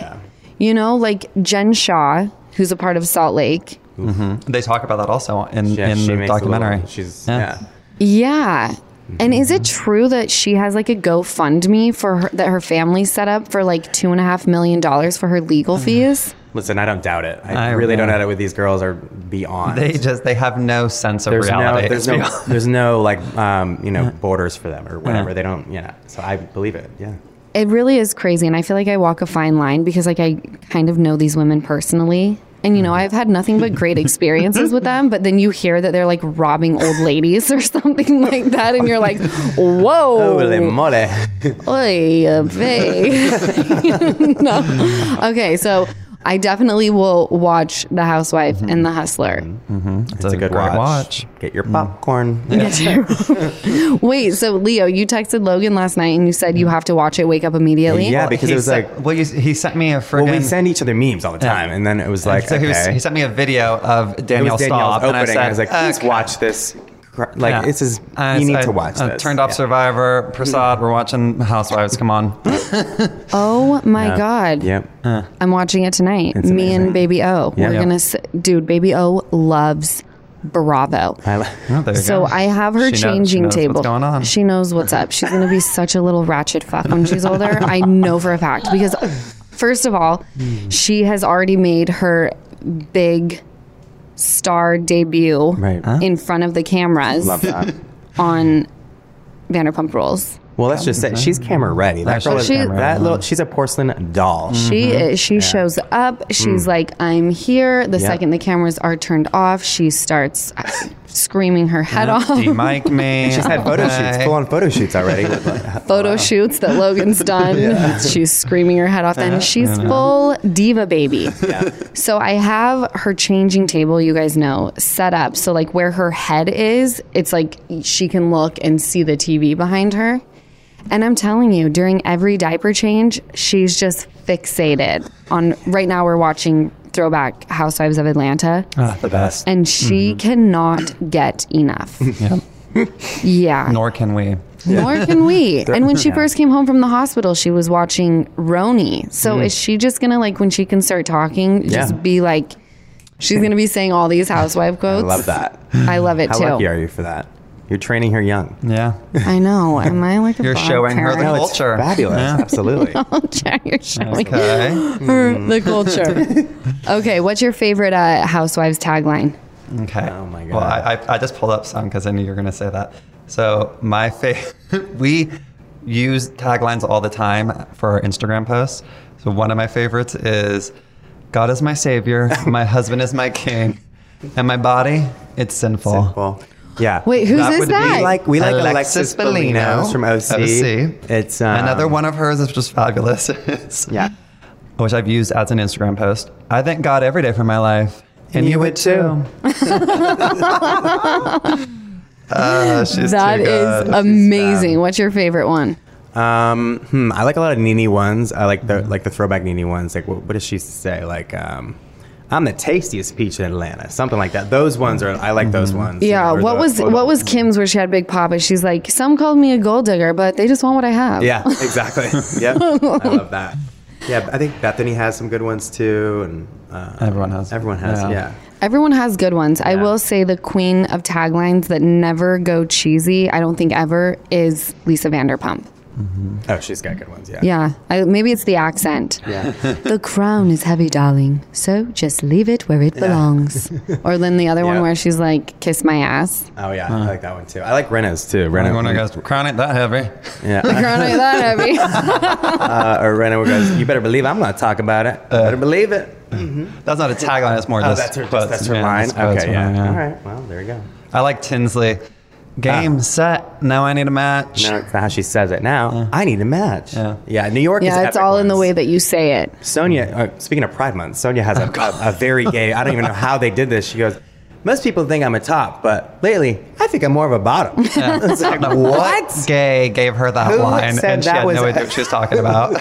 [SPEAKER 1] Yeah. You know, like Jen Shaw, who's a part of Salt Lake.
[SPEAKER 3] They talk about that also in
[SPEAKER 2] Yeah,
[SPEAKER 3] in
[SPEAKER 2] she
[SPEAKER 3] the
[SPEAKER 2] makes a little-
[SPEAKER 3] documentary.
[SPEAKER 2] she's
[SPEAKER 3] Yeah.
[SPEAKER 2] yeah.
[SPEAKER 1] Yeah. And is it true that she has like a GoFundMe for her, that her family set up for like two and a half million dollars for her legal fees?
[SPEAKER 2] Listen, I don't doubt it. I,
[SPEAKER 3] I
[SPEAKER 2] really don't
[SPEAKER 3] know.
[SPEAKER 2] doubt it. What these girls are beyond.
[SPEAKER 3] They just they have no sense of
[SPEAKER 2] there's
[SPEAKER 3] reality.
[SPEAKER 2] no, there's
[SPEAKER 3] It's
[SPEAKER 2] no,
[SPEAKER 3] beyond-
[SPEAKER 2] there's no like, um, you know, borders for them or whatever.
[SPEAKER 3] Yeah.
[SPEAKER 2] They don't, you know. So I believe it. Yeah.
[SPEAKER 1] It really is crazy. And I feel like I walk a fine line because, like, I kind of know these women personally. And, you know, I've had nothing but great experiences with them. But then you hear that they're like robbing old ladies or something like that. And you're like,
[SPEAKER 3] Oh.
[SPEAKER 1] whoa.
[SPEAKER 2] Holy moly.
[SPEAKER 1] Oy, uh, babe. no. Okay. So I definitely will watch The Housewife and The Hustler.
[SPEAKER 3] it's a good great watch. Mm.
[SPEAKER 2] Get your popcorn.
[SPEAKER 1] Wait. So, Leo, you texted Logan last night and you said you have to watch it, wake up immediately.
[SPEAKER 2] Yeah, because
[SPEAKER 3] He
[SPEAKER 2] it was
[SPEAKER 3] sent-
[SPEAKER 2] like,
[SPEAKER 3] well, you, he sent me a friggin'
[SPEAKER 2] well, we send each other memes all the time, and then it was like,
[SPEAKER 3] so
[SPEAKER 2] okay.
[SPEAKER 3] he, was, he sent me a video of
[SPEAKER 2] it
[SPEAKER 3] Daniel
[SPEAKER 2] was Danielle's
[SPEAKER 3] Staub,
[SPEAKER 2] opening.
[SPEAKER 3] and I said,
[SPEAKER 2] like, please
[SPEAKER 3] "Okay."
[SPEAKER 2] watch this. cr- Like,
[SPEAKER 3] Yeah.
[SPEAKER 2] this is
[SPEAKER 3] I-
[SPEAKER 2] you need
[SPEAKER 3] I-
[SPEAKER 2] to watch
[SPEAKER 3] I
[SPEAKER 2] this.
[SPEAKER 3] Turned off
[SPEAKER 2] Yeah.
[SPEAKER 3] Survivor, Prasad. We're watching Housewives. Come on.
[SPEAKER 1] Oh, my
[SPEAKER 2] Yeah.
[SPEAKER 1] God.
[SPEAKER 2] Yep.
[SPEAKER 1] I'm watching it tonight.
[SPEAKER 2] It's
[SPEAKER 1] Me and
[SPEAKER 2] amazing.
[SPEAKER 1] Baby O.
[SPEAKER 2] Yeah.
[SPEAKER 1] We're
[SPEAKER 2] Yeah.
[SPEAKER 1] gonna, s- dude. Baby O loves Bravo.
[SPEAKER 2] I li-
[SPEAKER 3] Oh, there you
[SPEAKER 1] So
[SPEAKER 3] go.
[SPEAKER 1] I have her
[SPEAKER 3] She knows- she
[SPEAKER 1] changing
[SPEAKER 3] knows
[SPEAKER 1] table.
[SPEAKER 3] What's going on?
[SPEAKER 1] She knows what's up. She's gonna be such a little ratchet fuck when she's older. I know for a fact because, first of all, she has already made her big star debut
[SPEAKER 2] Right.
[SPEAKER 1] in front of the cameras
[SPEAKER 2] Love that.
[SPEAKER 1] on Vanderpump Rules.
[SPEAKER 2] Well, let's just say she's camera ready. That
[SPEAKER 3] Actually,
[SPEAKER 2] girl is
[SPEAKER 1] She-
[SPEAKER 2] that little. She's a porcelain doll.
[SPEAKER 3] Mm.
[SPEAKER 1] She
[SPEAKER 3] Mm-hmm.
[SPEAKER 1] is, she shows up. She's like, "I'm here." The
[SPEAKER 2] Yeah.
[SPEAKER 1] second the cameras are turned off, she starts uh, screaming her head off.
[SPEAKER 3] Do you mic me?
[SPEAKER 2] She's had photo shoots,
[SPEAKER 3] Okay.
[SPEAKER 2] full on photo shoots already. with, like,
[SPEAKER 1] Photo shoots that Logan's done. She's screaming her head off, and she's full diva baby. So I have her changing table, you guys know, set up. So like where her head is, it's like she can look and see the TV behind her. And I'm telling you, during every diaper change, she's just fixated on. Right now, we're watching throwback Housewives of Atlanta,
[SPEAKER 3] Ah, the best.
[SPEAKER 1] and she cannot get enough.
[SPEAKER 3] Yeah.
[SPEAKER 1] Yeah.
[SPEAKER 3] Nor can we.
[SPEAKER 1] Nor can we. and when she first came home from the hospital, she was watching Roni. So is she just gonna like when she can start talking, just
[SPEAKER 2] Mm. Yeah.
[SPEAKER 1] be like, she's gonna be saying all these housewife
[SPEAKER 2] I
[SPEAKER 1] quotes?
[SPEAKER 2] love that.
[SPEAKER 1] I love it
[SPEAKER 2] How
[SPEAKER 1] too.
[SPEAKER 2] lucky are you for that? You're training her young.
[SPEAKER 3] Yeah.
[SPEAKER 1] I know. Am I like a
[SPEAKER 3] You're
[SPEAKER 1] bad
[SPEAKER 3] showing her the
[SPEAKER 1] parent?
[SPEAKER 2] it's
[SPEAKER 3] Culture.
[SPEAKER 2] fabulous.
[SPEAKER 3] Yeah.
[SPEAKER 2] Absolutely.
[SPEAKER 1] culture? You're showing
[SPEAKER 3] Okay.
[SPEAKER 1] her
[SPEAKER 2] Hmm.
[SPEAKER 1] the culture. okay, what's your favorite uh, housewives tagline?
[SPEAKER 3] Okay.
[SPEAKER 2] Oh my
[SPEAKER 3] Well,
[SPEAKER 2] God.
[SPEAKER 3] I, I, I just pulled up some because I knew you were going to say that. So my favorite, we use taglines all the time for our Instagram posts. So one of my favorites is, "God is my savior, my husband is my king, and my body it's sinful."
[SPEAKER 2] Simple. Yeah.
[SPEAKER 1] Wait, who's this
[SPEAKER 3] would be-
[SPEAKER 1] that?
[SPEAKER 2] We like we like Alexis, Bellino from OC.
[SPEAKER 3] OC.
[SPEAKER 2] It's um,
[SPEAKER 3] Another one of hers is just fabulous. It's-
[SPEAKER 2] Yeah.
[SPEAKER 3] which I've used as an Instagram post. I thank God every day for my life. And, you, would too. Ah, she's
[SPEAKER 1] that
[SPEAKER 3] too
[SPEAKER 1] is
[SPEAKER 3] good.
[SPEAKER 1] amazing. What's your favorite one?
[SPEAKER 2] Um, hmm, I like a lot of Nini ones. I like the like the throwback Nini ones. Like what, what does she say? Like um, I'm the tastiest peach in Atlanta, something like that. Those ones are I like those ones.
[SPEAKER 1] Yeah,
[SPEAKER 2] Or
[SPEAKER 1] what
[SPEAKER 2] the-
[SPEAKER 1] was
[SPEAKER 2] or the-
[SPEAKER 1] what was Kim's where she had Big Papa? She's like, some called me a gold digger, but they just want what I have.
[SPEAKER 2] Yeah, exactly. yep, I love that. Yeah, I think Bethany has some good ones too, and uh,
[SPEAKER 3] Everyone has.
[SPEAKER 2] Everyone has. Yeah.
[SPEAKER 3] Yeah.
[SPEAKER 1] Everyone has good ones. I
[SPEAKER 2] Yeah.
[SPEAKER 1] will say the queen of taglines that never go cheesy, I don't think ever, is Lisa Vanderpump.
[SPEAKER 2] Oh, she's got good ones. Yeah.
[SPEAKER 1] Yeah, I, maybe it's the accent.
[SPEAKER 2] Yeah.
[SPEAKER 1] the crown is heavy, darling, so just leave it where it belongs. or then the other one
[SPEAKER 2] Yeah.
[SPEAKER 1] where she's like, kiss my ass.
[SPEAKER 2] Oh yeah, I like that one too. I like Rena's too.
[SPEAKER 3] I
[SPEAKER 2] Rena.
[SPEAKER 3] think when I goes, crown it that heavy.
[SPEAKER 2] yeah.
[SPEAKER 1] Crown ain't that heavy.
[SPEAKER 2] uh, or Rena goes, "You better believe I'm gonna talk about it. better believe it."
[SPEAKER 3] That's not a tagline. It's more
[SPEAKER 2] Oh, Uh, mm-hmm.
[SPEAKER 3] just
[SPEAKER 2] that's her.
[SPEAKER 3] quotes.
[SPEAKER 2] that's her
[SPEAKER 3] Yeah,
[SPEAKER 2] line.
[SPEAKER 3] that's quotes
[SPEAKER 2] okay.
[SPEAKER 3] from
[SPEAKER 2] Yeah.
[SPEAKER 3] her,
[SPEAKER 2] All right. Well, there you go.
[SPEAKER 3] I like Tinsley. Game set. Now I need a match.
[SPEAKER 2] Now it's how she says it. Now I need a match.
[SPEAKER 3] Yeah.
[SPEAKER 2] Yeah. New York. is
[SPEAKER 1] yeah, it's
[SPEAKER 2] epic
[SPEAKER 1] all in the
[SPEAKER 2] ones.
[SPEAKER 1] way that you say it.
[SPEAKER 2] Sonia. Uh, speaking of Pride Month, Sonia has
[SPEAKER 3] Oh,
[SPEAKER 2] a, a, a very gay. I don't even know how they did this. She goes. Most people think I'm a top, but lately I think I'm more of a bottom. It's like, what?
[SPEAKER 3] Gay gave her that
[SPEAKER 2] Who
[SPEAKER 3] line,
[SPEAKER 2] said
[SPEAKER 3] and she
[SPEAKER 2] that
[SPEAKER 3] had
[SPEAKER 2] was-
[SPEAKER 3] no idea what she was talking about.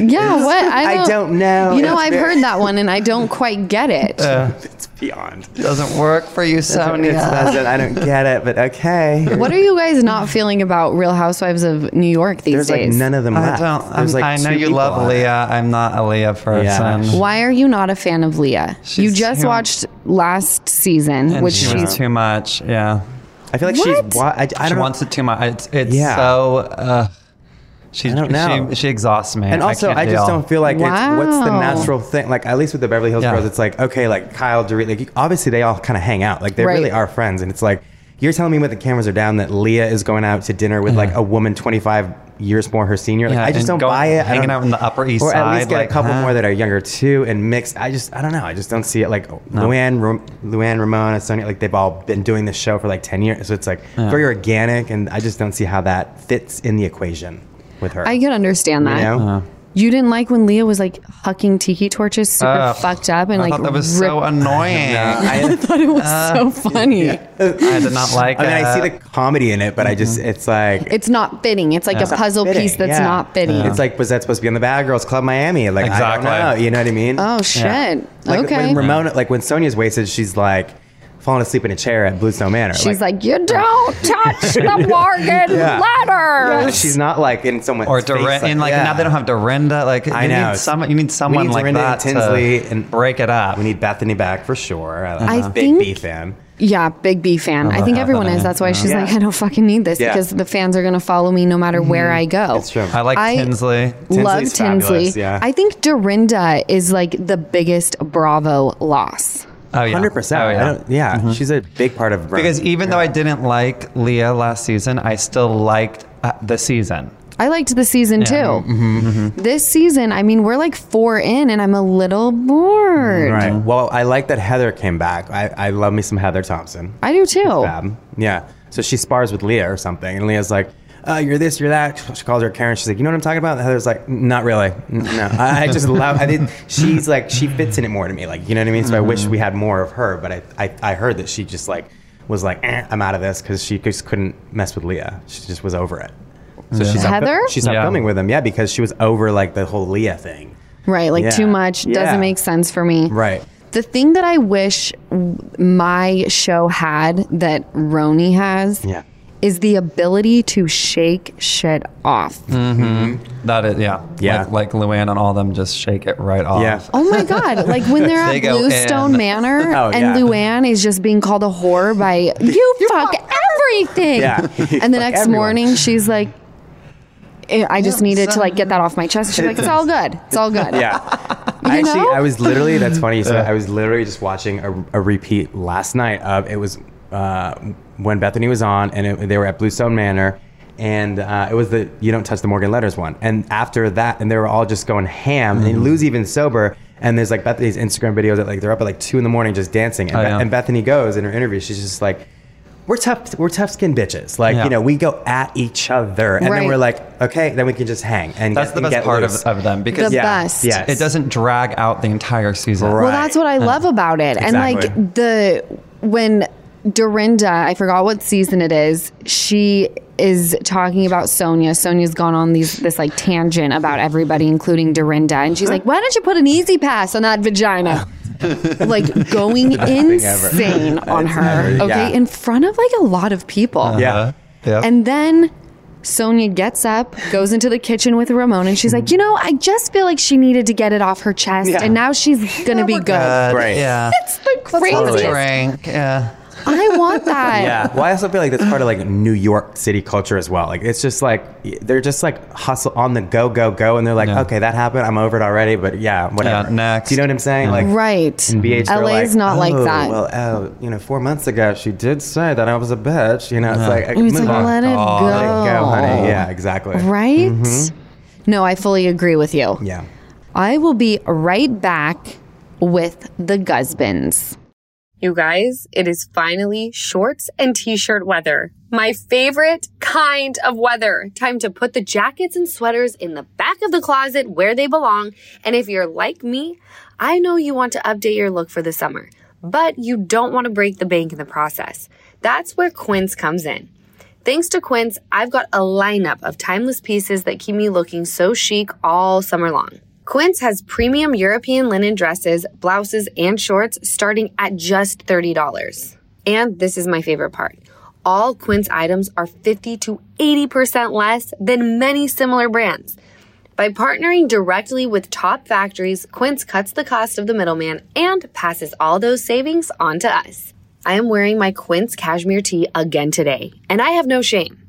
[SPEAKER 1] Yeah, what? I
[SPEAKER 2] I don't know.
[SPEAKER 1] You know,
[SPEAKER 2] It's
[SPEAKER 1] I've
[SPEAKER 2] very-
[SPEAKER 1] heard that one and I don't quite get it.
[SPEAKER 2] It's beyond.
[SPEAKER 3] Doesn't work for you,
[SPEAKER 1] Oh,
[SPEAKER 2] It's-
[SPEAKER 3] Sonia.
[SPEAKER 2] that's it. I don't get it, but okay.
[SPEAKER 1] What are you guys not feeling about Real Housewives of New York these
[SPEAKER 2] There's like
[SPEAKER 1] days?
[SPEAKER 2] none of them
[SPEAKER 3] I
[SPEAKER 2] left.
[SPEAKER 3] don't. I'm,
[SPEAKER 2] There's like
[SPEAKER 3] I know
[SPEAKER 2] two
[SPEAKER 3] you
[SPEAKER 2] people
[SPEAKER 3] love
[SPEAKER 2] on it.
[SPEAKER 3] Leah. I'm not a Leah person.
[SPEAKER 1] Why are you not a fan of Leah? you
[SPEAKER 3] She's
[SPEAKER 1] just
[SPEAKER 3] too-
[SPEAKER 1] watched last season,
[SPEAKER 3] And
[SPEAKER 1] which
[SPEAKER 3] she
[SPEAKER 1] she,
[SPEAKER 3] wants too much. Yeah,
[SPEAKER 2] I feel like
[SPEAKER 1] What?
[SPEAKER 2] she's. Wa- I, I don't
[SPEAKER 3] she
[SPEAKER 2] know.
[SPEAKER 3] wants it too much. It's, it's
[SPEAKER 2] Yeah.
[SPEAKER 3] so. Uh, she,
[SPEAKER 2] I don't know.
[SPEAKER 3] she she exhausts me.
[SPEAKER 2] And also, I,
[SPEAKER 3] can't
[SPEAKER 2] just
[SPEAKER 3] deal.
[SPEAKER 2] don't feel like it's what's the
[SPEAKER 1] Wow.
[SPEAKER 2] natural thing. Like at least with the Beverly Hills
[SPEAKER 3] Yeah.
[SPEAKER 2] Girls, it's like okay, like Kyle, Dorit, like you- obviously they all kind of hang out. Like they
[SPEAKER 1] Right.
[SPEAKER 2] really are friends, and it's like you're telling me when the cameras are down that Leah is going out to dinner with like a woman 25 years more her senior. Like
[SPEAKER 3] Yeah,
[SPEAKER 2] I just
[SPEAKER 3] and
[SPEAKER 2] don't
[SPEAKER 3] going-
[SPEAKER 2] buy it. I
[SPEAKER 3] hanging
[SPEAKER 2] don't-
[SPEAKER 3] out in the Upper East
[SPEAKER 2] or at least
[SPEAKER 3] Side,
[SPEAKER 2] get
[SPEAKER 3] like,
[SPEAKER 2] a couple
[SPEAKER 3] huh?
[SPEAKER 2] more that are younger too and mixed. I just I don't know. I just don't see it. Like Luann, Ram- Luann, Ramona, Sonia, like they've all been doing this show for like 10 years, so it's like very organic, and I just don't see how that fits in the equation with her.
[SPEAKER 1] I
[SPEAKER 2] you
[SPEAKER 1] can understand that. You,
[SPEAKER 2] know.
[SPEAKER 3] Uh-huh.
[SPEAKER 1] didn't like when Leah was like hucking tiki torches, super
[SPEAKER 3] Ugh.
[SPEAKER 1] fucked up, and
[SPEAKER 3] I
[SPEAKER 1] like
[SPEAKER 3] thought that was
[SPEAKER 1] rip-
[SPEAKER 3] so Uh, annoying.
[SPEAKER 2] I,
[SPEAKER 1] thought it was so funny.
[SPEAKER 3] I did not like.
[SPEAKER 2] I mean, I
[SPEAKER 3] it.
[SPEAKER 2] see the comedy in it, but I just, it's like.
[SPEAKER 1] It's not fitting. It's like a puzzle
[SPEAKER 2] fitting,
[SPEAKER 1] piece that's
[SPEAKER 2] yeah.
[SPEAKER 1] not fitting.
[SPEAKER 2] It's like, was that supposed to be in the Bad Girls Club Miami? Like,
[SPEAKER 3] Exactly.
[SPEAKER 2] I don't know. You know what I mean?
[SPEAKER 1] oh shit.
[SPEAKER 3] Yeah.
[SPEAKER 2] like,
[SPEAKER 1] okay.
[SPEAKER 2] When Ramona, like when Sonia's wasted, she's like falling asleep in a chair at Bluestone Manor.
[SPEAKER 1] She's like, you don't touch the Morgan
[SPEAKER 2] Yeah.
[SPEAKER 1] letters.
[SPEAKER 2] Yeah, she's not like in someone
[SPEAKER 3] or Dorinda, and like now they don't have Dorinda. Like
[SPEAKER 2] I
[SPEAKER 3] you
[SPEAKER 2] know.
[SPEAKER 3] need someone. You need someone like
[SPEAKER 2] Dorinda and
[SPEAKER 3] that
[SPEAKER 2] Tinsley
[SPEAKER 3] to
[SPEAKER 2] and-
[SPEAKER 3] break it up.
[SPEAKER 2] We need Bethany back for sure. I'm a
[SPEAKER 1] I
[SPEAKER 2] big
[SPEAKER 1] think-
[SPEAKER 2] B fan.
[SPEAKER 1] Yeah, big B fan. I think
[SPEAKER 3] that,
[SPEAKER 1] everyone
[SPEAKER 3] that
[SPEAKER 1] is.
[SPEAKER 3] I-
[SPEAKER 1] That's why she's
[SPEAKER 2] Yeah.
[SPEAKER 1] like, I don't fucking need this
[SPEAKER 2] Yeah.
[SPEAKER 1] because the fans are gonna follow me no matter where I go.
[SPEAKER 2] Mm-hmm. It's true.
[SPEAKER 3] I like
[SPEAKER 1] I-
[SPEAKER 3] Tinsley.
[SPEAKER 1] Love
[SPEAKER 2] Tinsley's
[SPEAKER 1] Tinsley.
[SPEAKER 2] fabulous, yeah.
[SPEAKER 1] I think Dorinda is like the biggest Bravo loss.
[SPEAKER 3] Oh yeah,
[SPEAKER 2] Hundred percent.
[SPEAKER 3] Oh,
[SPEAKER 2] I don't- Yeah, she's a big part of. Rome.
[SPEAKER 3] Because even though I didn't like Leah last season, I still liked uh, the season.
[SPEAKER 1] I liked the season too.
[SPEAKER 2] Mm-hmm.
[SPEAKER 1] This season, I mean, we're like four in, and I'm a little bored.
[SPEAKER 2] Right.
[SPEAKER 3] e-
[SPEAKER 2] Well, I like that Heather came back. I, I love me some Heather Thompson.
[SPEAKER 1] I do too.
[SPEAKER 2] Fab. Um, Yeah. So she spars with Leah or something, and Leah's like, uh, "You're this, you're that." She calls her Karen. She's like, "You know what I'm talking about?" And Heather's like, "Not really. N- No, I, I just love." I did. She's like, she fits in it more to me. Like, you know what I mean? So I wish we had more of her, but I I, I heard that she just like was like, eh, "I'm out of this" because she just couldn't mess with Leah. She just was over it. So she's
[SPEAKER 1] Heather?
[SPEAKER 2] Not, she's not
[SPEAKER 3] Yeah.
[SPEAKER 2] filming with him. Yeah, because she was over like the whole Leah thing.
[SPEAKER 1] Right, like
[SPEAKER 2] Yeah.
[SPEAKER 1] too much
[SPEAKER 2] Yeah.
[SPEAKER 1] doesn't make sense for me.
[SPEAKER 2] Right.
[SPEAKER 1] The thing that I wish w- my show had that Roni has
[SPEAKER 2] Yeah.
[SPEAKER 1] is the ability to shake shit off.
[SPEAKER 2] Mm.
[SPEAKER 3] That is, yeah,
[SPEAKER 2] Yeah.
[SPEAKER 3] Like, like Luann and all them just shake it right off.
[SPEAKER 2] Yeah.
[SPEAKER 1] Oh my god! Like when they're
[SPEAKER 3] They
[SPEAKER 1] at
[SPEAKER 3] go
[SPEAKER 1] Bluestone
[SPEAKER 3] in.
[SPEAKER 1] Manor
[SPEAKER 2] Oh,
[SPEAKER 1] and
[SPEAKER 2] yeah.
[SPEAKER 1] Luann is just being called a whore by you, fuck, everything.
[SPEAKER 2] Yeah. You
[SPEAKER 1] And the
[SPEAKER 2] fuck
[SPEAKER 1] next
[SPEAKER 2] everyone.
[SPEAKER 1] morning she's like, "Eh, I just needed to like get that off my chest. She's like, it's all good. It's all good.
[SPEAKER 2] Yeah. I actually,
[SPEAKER 1] know?
[SPEAKER 2] I was literally, that's funny. So I was literally just watching a, a repeat last night of it was uh, when Bethany was on and it, they were at Bluestone Manor. And uh, it was the You Don't Touch the Morgan Letters one. And after that, and they were all just going ham.
[SPEAKER 3] Mm-hmm.
[SPEAKER 2] And Lou's even sober. And there's like Bethany's Instagram videos that like they're up at like two in the morning just dancing. And,
[SPEAKER 3] Oh,
[SPEAKER 2] Be-
[SPEAKER 3] yeah.
[SPEAKER 2] and Bethany goes in her interview, she's just like, we're tough, we're tough skinned bitches. Like,
[SPEAKER 3] Yeah.
[SPEAKER 2] you know, we go at each other. And
[SPEAKER 1] Right.
[SPEAKER 2] then we're like, okay, then we can just hang. And
[SPEAKER 3] That's
[SPEAKER 2] get-
[SPEAKER 3] the
[SPEAKER 2] and
[SPEAKER 3] best
[SPEAKER 2] get
[SPEAKER 3] part of,
[SPEAKER 2] loose.
[SPEAKER 3] of them because
[SPEAKER 1] The
[SPEAKER 2] Yeah,
[SPEAKER 1] best.
[SPEAKER 2] yes.
[SPEAKER 3] it doesn't drag out the entire season.
[SPEAKER 2] Right.
[SPEAKER 1] Well, that's what I love about it. And
[SPEAKER 2] Exactly.
[SPEAKER 1] like the when Dorinda, I forgot what season it is, she is talking about Sonia. Sonia's gone on these this like tangent about everybody, including Dorinda, and she's like, "Why don't you put an easy pass on that vagina?" like going
[SPEAKER 2] ever.
[SPEAKER 1] insane on her,
[SPEAKER 2] ever,
[SPEAKER 1] okay,
[SPEAKER 2] yeah.
[SPEAKER 1] in front of like a lot of people.
[SPEAKER 2] Yeah.
[SPEAKER 3] Yeah.
[SPEAKER 1] And then Sonia gets up, goes into the kitchen with Ramon, and she's like, You know, I just feel like she needed to get it off her chest,
[SPEAKER 2] Yeah.
[SPEAKER 1] and now she's going to be good.
[SPEAKER 2] Right.
[SPEAKER 3] Yeah.
[SPEAKER 1] It's the
[SPEAKER 2] totally
[SPEAKER 1] craziest.
[SPEAKER 3] Drink. Yeah.
[SPEAKER 1] I want that.
[SPEAKER 2] Yeah. Well, I also feel like that's part of like New York City culture as well. Like it's just like they're just like hustle on the go, go, go, and they're like,
[SPEAKER 3] Yeah.
[SPEAKER 2] okay, that happened. I'm over it already. But yeah, whatever.
[SPEAKER 3] Yeah, next.
[SPEAKER 2] Do you know what I'm saying? Like
[SPEAKER 1] Right.
[SPEAKER 2] in BH, they're
[SPEAKER 1] LA is not like
[SPEAKER 2] "Oh,
[SPEAKER 1] that.
[SPEAKER 2] Well, oh, you know, four months ago she did say that I was a bitch. You know, it's like
[SPEAKER 1] And it's
[SPEAKER 2] move
[SPEAKER 1] like,
[SPEAKER 2] on.
[SPEAKER 1] let it
[SPEAKER 3] Oh, let it
[SPEAKER 1] go.
[SPEAKER 2] go, honey. Yeah, exactly.
[SPEAKER 1] Right? No, I fully agree with you.
[SPEAKER 2] Mm-hmm. Yeah.
[SPEAKER 1] I will be right back with the Guzbins.
[SPEAKER 4] You guys, it is finally shorts and t-shirt weather. My favorite kind of weather. Time to put the jackets and sweaters in the back of the closet where they belong. And if you're like me, I know you want to update your look for the summer, but you don't want to break the bank in the process. That's where Quince comes in. Thanks to Quince, I've got a lineup of timeless pieces that keep me looking so chic all summer long. Quince has premium European linen dresses, blouses, and shorts starting at just $30. And this is my favorite part. All Quince items are 50 to 80% less than many similar brands. By partnering directly with top factories, Quince cuts the cost of the middleman and passes all those savings on to us. I am wearing my Quince cashmere tee again today, and I have no shame.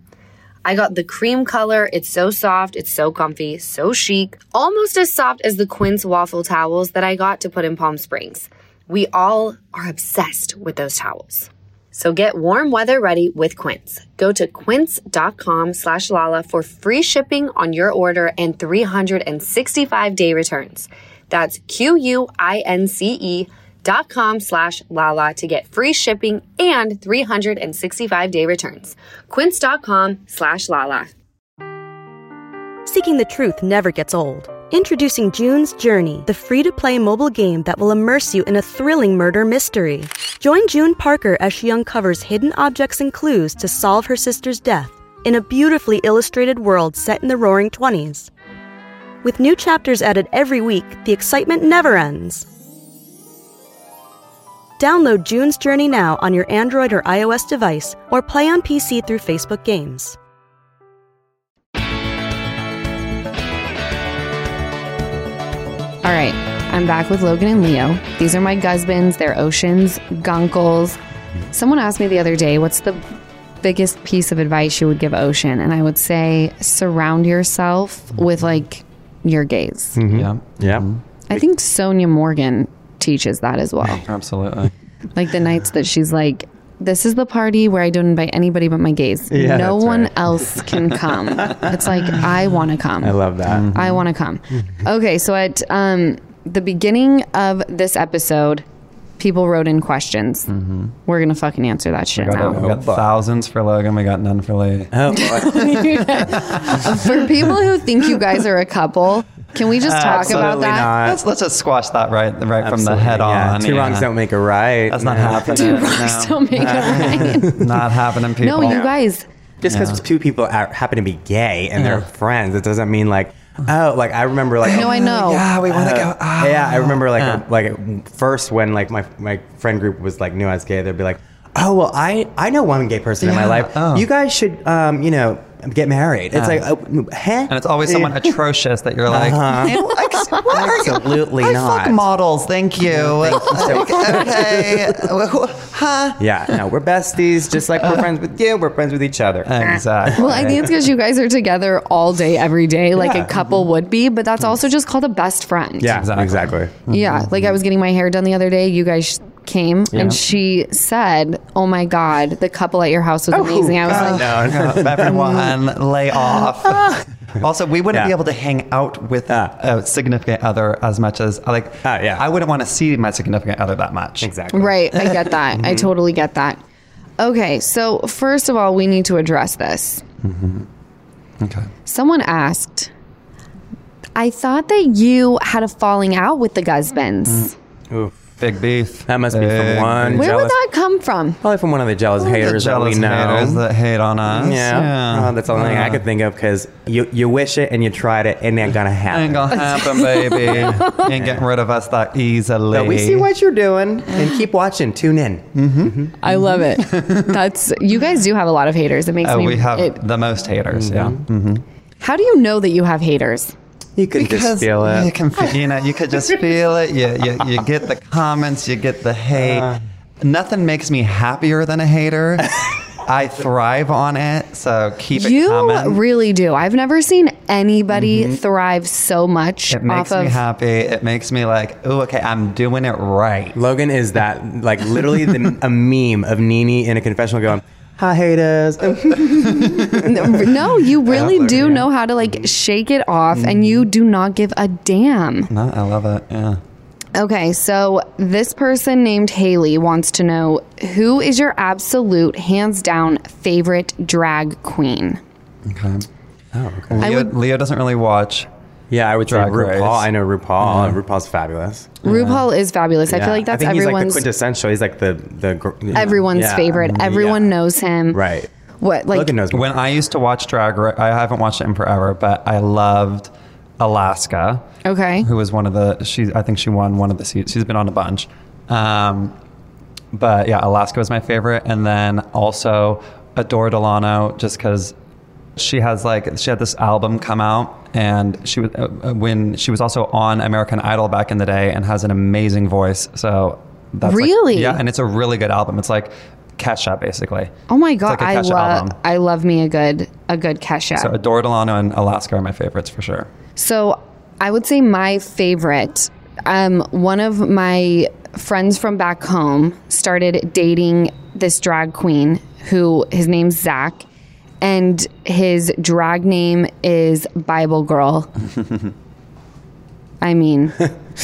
[SPEAKER 4] I got the cream color. It's so soft, it's so comfy, so chic, almost as soft as the Quince waffle towels that I got to put in Palm Springs. We all are obsessed with those towels. So get warm weather ready with Quince. Go to quince.com slash Lala for free shipping on your order and 365 day returns. That's Q-U-I-N-C-E E dot com slash Lala to get free shipping and 365 day returns. Quince.com slash Lala.
[SPEAKER 5] Seeking the truth never gets old. Introducing June's Journey, the free to play mobile game that will immerse you in a thrilling murder mystery. Join June Parker as she uncovers hidden objects and clues to solve her sister's death in a beautifully illustrated world set in the roaring 20s. With new chapters added every week, the excitement never ends. Download June's Journey now on your Android or iOS device or play on PC through Facebook Games.
[SPEAKER 1] All right. I'm back with Logan and Leo. These are my Guzbins. They're oceans, gunkles. Someone asked me the other day, what's the biggest piece of advice you would give Ocean? And I would say surround yourself with like your gaze.
[SPEAKER 2] Hmm. Mm-hmm.
[SPEAKER 3] Yeah.
[SPEAKER 2] Yeah.
[SPEAKER 3] Mm-hmm.
[SPEAKER 1] I think Sonia Morgan teaches that as well.
[SPEAKER 3] Absolutely.
[SPEAKER 1] like the nights that she's like, this is the party where I don't invite anybody but my gays.
[SPEAKER 2] Yeah,
[SPEAKER 1] no
[SPEAKER 2] that's
[SPEAKER 1] one
[SPEAKER 2] right.
[SPEAKER 1] else can come. it's like, I want to come.
[SPEAKER 2] I love that.
[SPEAKER 3] Mm-hmm.
[SPEAKER 1] I want to come. Okay, so at um, the beginning of this episode, people wrote in questions. We're going to fucking answer that shit
[SPEAKER 3] Got it.
[SPEAKER 1] now.
[SPEAKER 3] We got thousands for Logan. We got none for Lee.
[SPEAKER 2] Oh,
[SPEAKER 1] For people who think you guys are a couple, can we just talk about
[SPEAKER 2] Absolutely
[SPEAKER 1] that?
[SPEAKER 2] not.
[SPEAKER 3] Let's, let's just squash that right right from the
[SPEAKER 2] Absolutely,
[SPEAKER 3] head
[SPEAKER 2] yeah.
[SPEAKER 3] on.
[SPEAKER 2] Two
[SPEAKER 3] yeah.
[SPEAKER 2] wrongs don't make a right.
[SPEAKER 3] That's not
[SPEAKER 2] No.
[SPEAKER 3] happening.
[SPEAKER 1] Two rocks don't make a right.
[SPEAKER 3] Not happening, people.
[SPEAKER 1] No, you guys.
[SPEAKER 2] Just because two people are, happen to be gay and they're friends, it doesn't mean like, oh, like I remember like. oh,
[SPEAKER 1] No, I know.
[SPEAKER 3] Yeah, we want to go. Ah.
[SPEAKER 2] Uh, yeah, I remember like like first when like my my friend group was like knew I was gay, they'd be like, "Oh well, I I know one gay person in my
[SPEAKER 3] Yeah,
[SPEAKER 2] life.
[SPEAKER 3] oh.
[SPEAKER 2] You guys should um you know get married." It's like, oh, huh?
[SPEAKER 3] And it's always someone atrocious that you're
[SPEAKER 2] Uh-huh.
[SPEAKER 3] like,
[SPEAKER 2] absolutely
[SPEAKER 3] I
[SPEAKER 2] not.
[SPEAKER 3] fuck models, thank you. okay. huh?
[SPEAKER 2] yeah, no, we're besties, just like we're friends with you. We're friends with each other.
[SPEAKER 3] Exactly.
[SPEAKER 1] Well, I think it's because you guys are together all day, every day, like a couple would be, but that's also just called a best friend.
[SPEAKER 2] yeah,
[SPEAKER 3] Exactly.
[SPEAKER 2] exactly.
[SPEAKER 3] Mm-hmm.
[SPEAKER 1] Yeah. Like I was getting my hair done the other day. You guys came and she said, Oh my God, the couple at your house was
[SPEAKER 3] Oh,
[SPEAKER 1] amazing. I was like,
[SPEAKER 2] no, no.
[SPEAKER 3] everyone lay off. also, we wouldn't
[SPEAKER 2] Yeah.
[SPEAKER 3] be able to hang out with
[SPEAKER 2] Ah.
[SPEAKER 3] a significant other as much as like.
[SPEAKER 2] Ah, yeah.
[SPEAKER 3] I wouldn't want to see my significant other that much.
[SPEAKER 2] exactly.
[SPEAKER 1] Right. I get that.
[SPEAKER 3] Mm-hmm.
[SPEAKER 1] I totally get that. Okay. So, first of all, we need to address this.
[SPEAKER 3] Mm-hmm. Okay.
[SPEAKER 1] Someone asked, I thought that you had a falling out with the
[SPEAKER 3] Mm.
[SPEAKER 1] Guzmans.
[SPEAKER 2] Oof.
[SPEAKER 3] Big beef.
[SPEAKER 2] That must be from
[SPEAKER 3] Big
[SPEAKER 2] one.
[SPEAKER 3] beef.
[SPEAKER 1] Where would
[SPEAKER 2] jealous-
[SPEAKER 1] that come from?
[SPEAKER 2] Probably from one of the jealous haters
[SPEAKER 3] The jealous
[SPEAKER 2] that we know.
[SPEAKER 3] haters that hate on us.
[SPEAKER 2] Yeah, Uh, that's the only thing I could think of because you you wish it and you tried it and it ain't gonna happen.
[SPEAKER 3] Ain't gonna happen, baby. Ain't getting rid of us that easily.
[SPEAKER 2] But we see what you're doing and keep watching. Tune in.
[SPEAKER 1] I love it. That's you guys do have a lot of haters. It makes
[SPEAKER 3] Uh,
[SPEAKER 1] me.
[SPEAKER 3] we have
[SPEAKER 1] it-
[SPEAKER 3] the most haters. Yeah.
[SPEAKER 2] Mm-hmm.
[SPEAKER 1] how do you know that you have haters?
[SPEAKER 2] You can just feel
[SPEAKER 3] You
[SPEAKER 2] it.
[SPEAKER 3] can, fe- you know, you could just feel it. You, you, you get the comments, you get the hate.
[SPEAKER 2] Uh.
[SPEAKER 3] Nothing makes me happier than a hater. I thrive on it, so keep it
[SPEAKER 1] You
[SPEAKER 3] coming.
[SPEAKER 1] really do. I've never seen anybody thrive so much
[SPEAKER 3] it makes
[SPEAKER 1] off
[SPEAKER 3] me
[SPEAKER 1] of.
[SPEAKER 3] happy. It makes me like, oh, okay, I'm doing it right.
[SPEAKER 2] Logan is that like literally the, a meme of Nini in a confessional going, "Hi haters."
[SPEAKER 1] no, you really do know how to like shake it off, and you do not give a damn.
[SPEAKER 3] No, I love it. Yeah.
[SPEAKER 1] Okay, so this person named Haley wants to know who is your absolute, hands down, favorite drag queen.
[SPEAKER 3] Okay.
[SPEAKER 2] oh, okay.
[SPEAKER 3] Leo,
[SPEAKER 1] would-
[SPEAKER 3] Leo doesn't really watch.
[SPEAKER 2] Yeah, I would say
[SPEAKER 3] Drag
[SPEAKER 2] RuPaul.
[SPEAKER 3] Race.
[SPEAKER 2] I know RuPaul. RuPaul's fabulous.
[SPEAKER 1] RuPaul is fabulous. I
[SPEAKER 2] Yeah.
[SPEAKER 1] feel like that's
[SPEAKER 2] I think he's like the
[SPEAKER 1] everyone's
[SPEAKER 2] quintessential. He's like the the gr-
[SPEAKER 1] everyone's
[SPEAKER 2] yeah. Mm-hmm.
[SPEAKER 1] favorite.
[SPEAKER 2] Yeah.
[SPEAKER 1] Everyone knows him.
[SPEAKER 2] Right.
[SPEAKER 1] What like
[SPEAKER 2] Logan knows me.
[SPEAKER 3] When I used to watch Drag Race, I haven't watched it in forever, but I loved Alaska.
[SPEAKER 1] Okay.
[SPEAKER 3] Who was one of the? She, I think she won one of the. se- She's been on a bunch. Um, but yeah, Alaska was my favorite, and then also Adore Delano, just because she has like she had this album come out, and she was uh, uh, when she was also on American Idol back in the day, and has an amazing voice. So that's like-
[SPEAKER 1] Really?
[SPEAKER 3] yeah, and it's a really good album. It's like Kesha basically.
[SPEAKER 1] Oh my
[SPEAKER 3] It's
[SPEAKER 1] god,
[SPEAKER 3] like a
[SPEAKER 1] I
[SPEAKER 3] Kesha
[SPEAKER 1] love
[SPEAKER 3] album.
[SPEAKER 1] I love me a good a good Kesha.
[SPEAKER 3] So
[SPEAKER 1] So,
[SPEAKER 3] Adore Delano and Alaska are my favorites for sure.
[SPEAKER 1] I would say my favorite um one of my friends from back home started dating this drag queen who his name's Zach and his drag name is Bible Girl. I mean,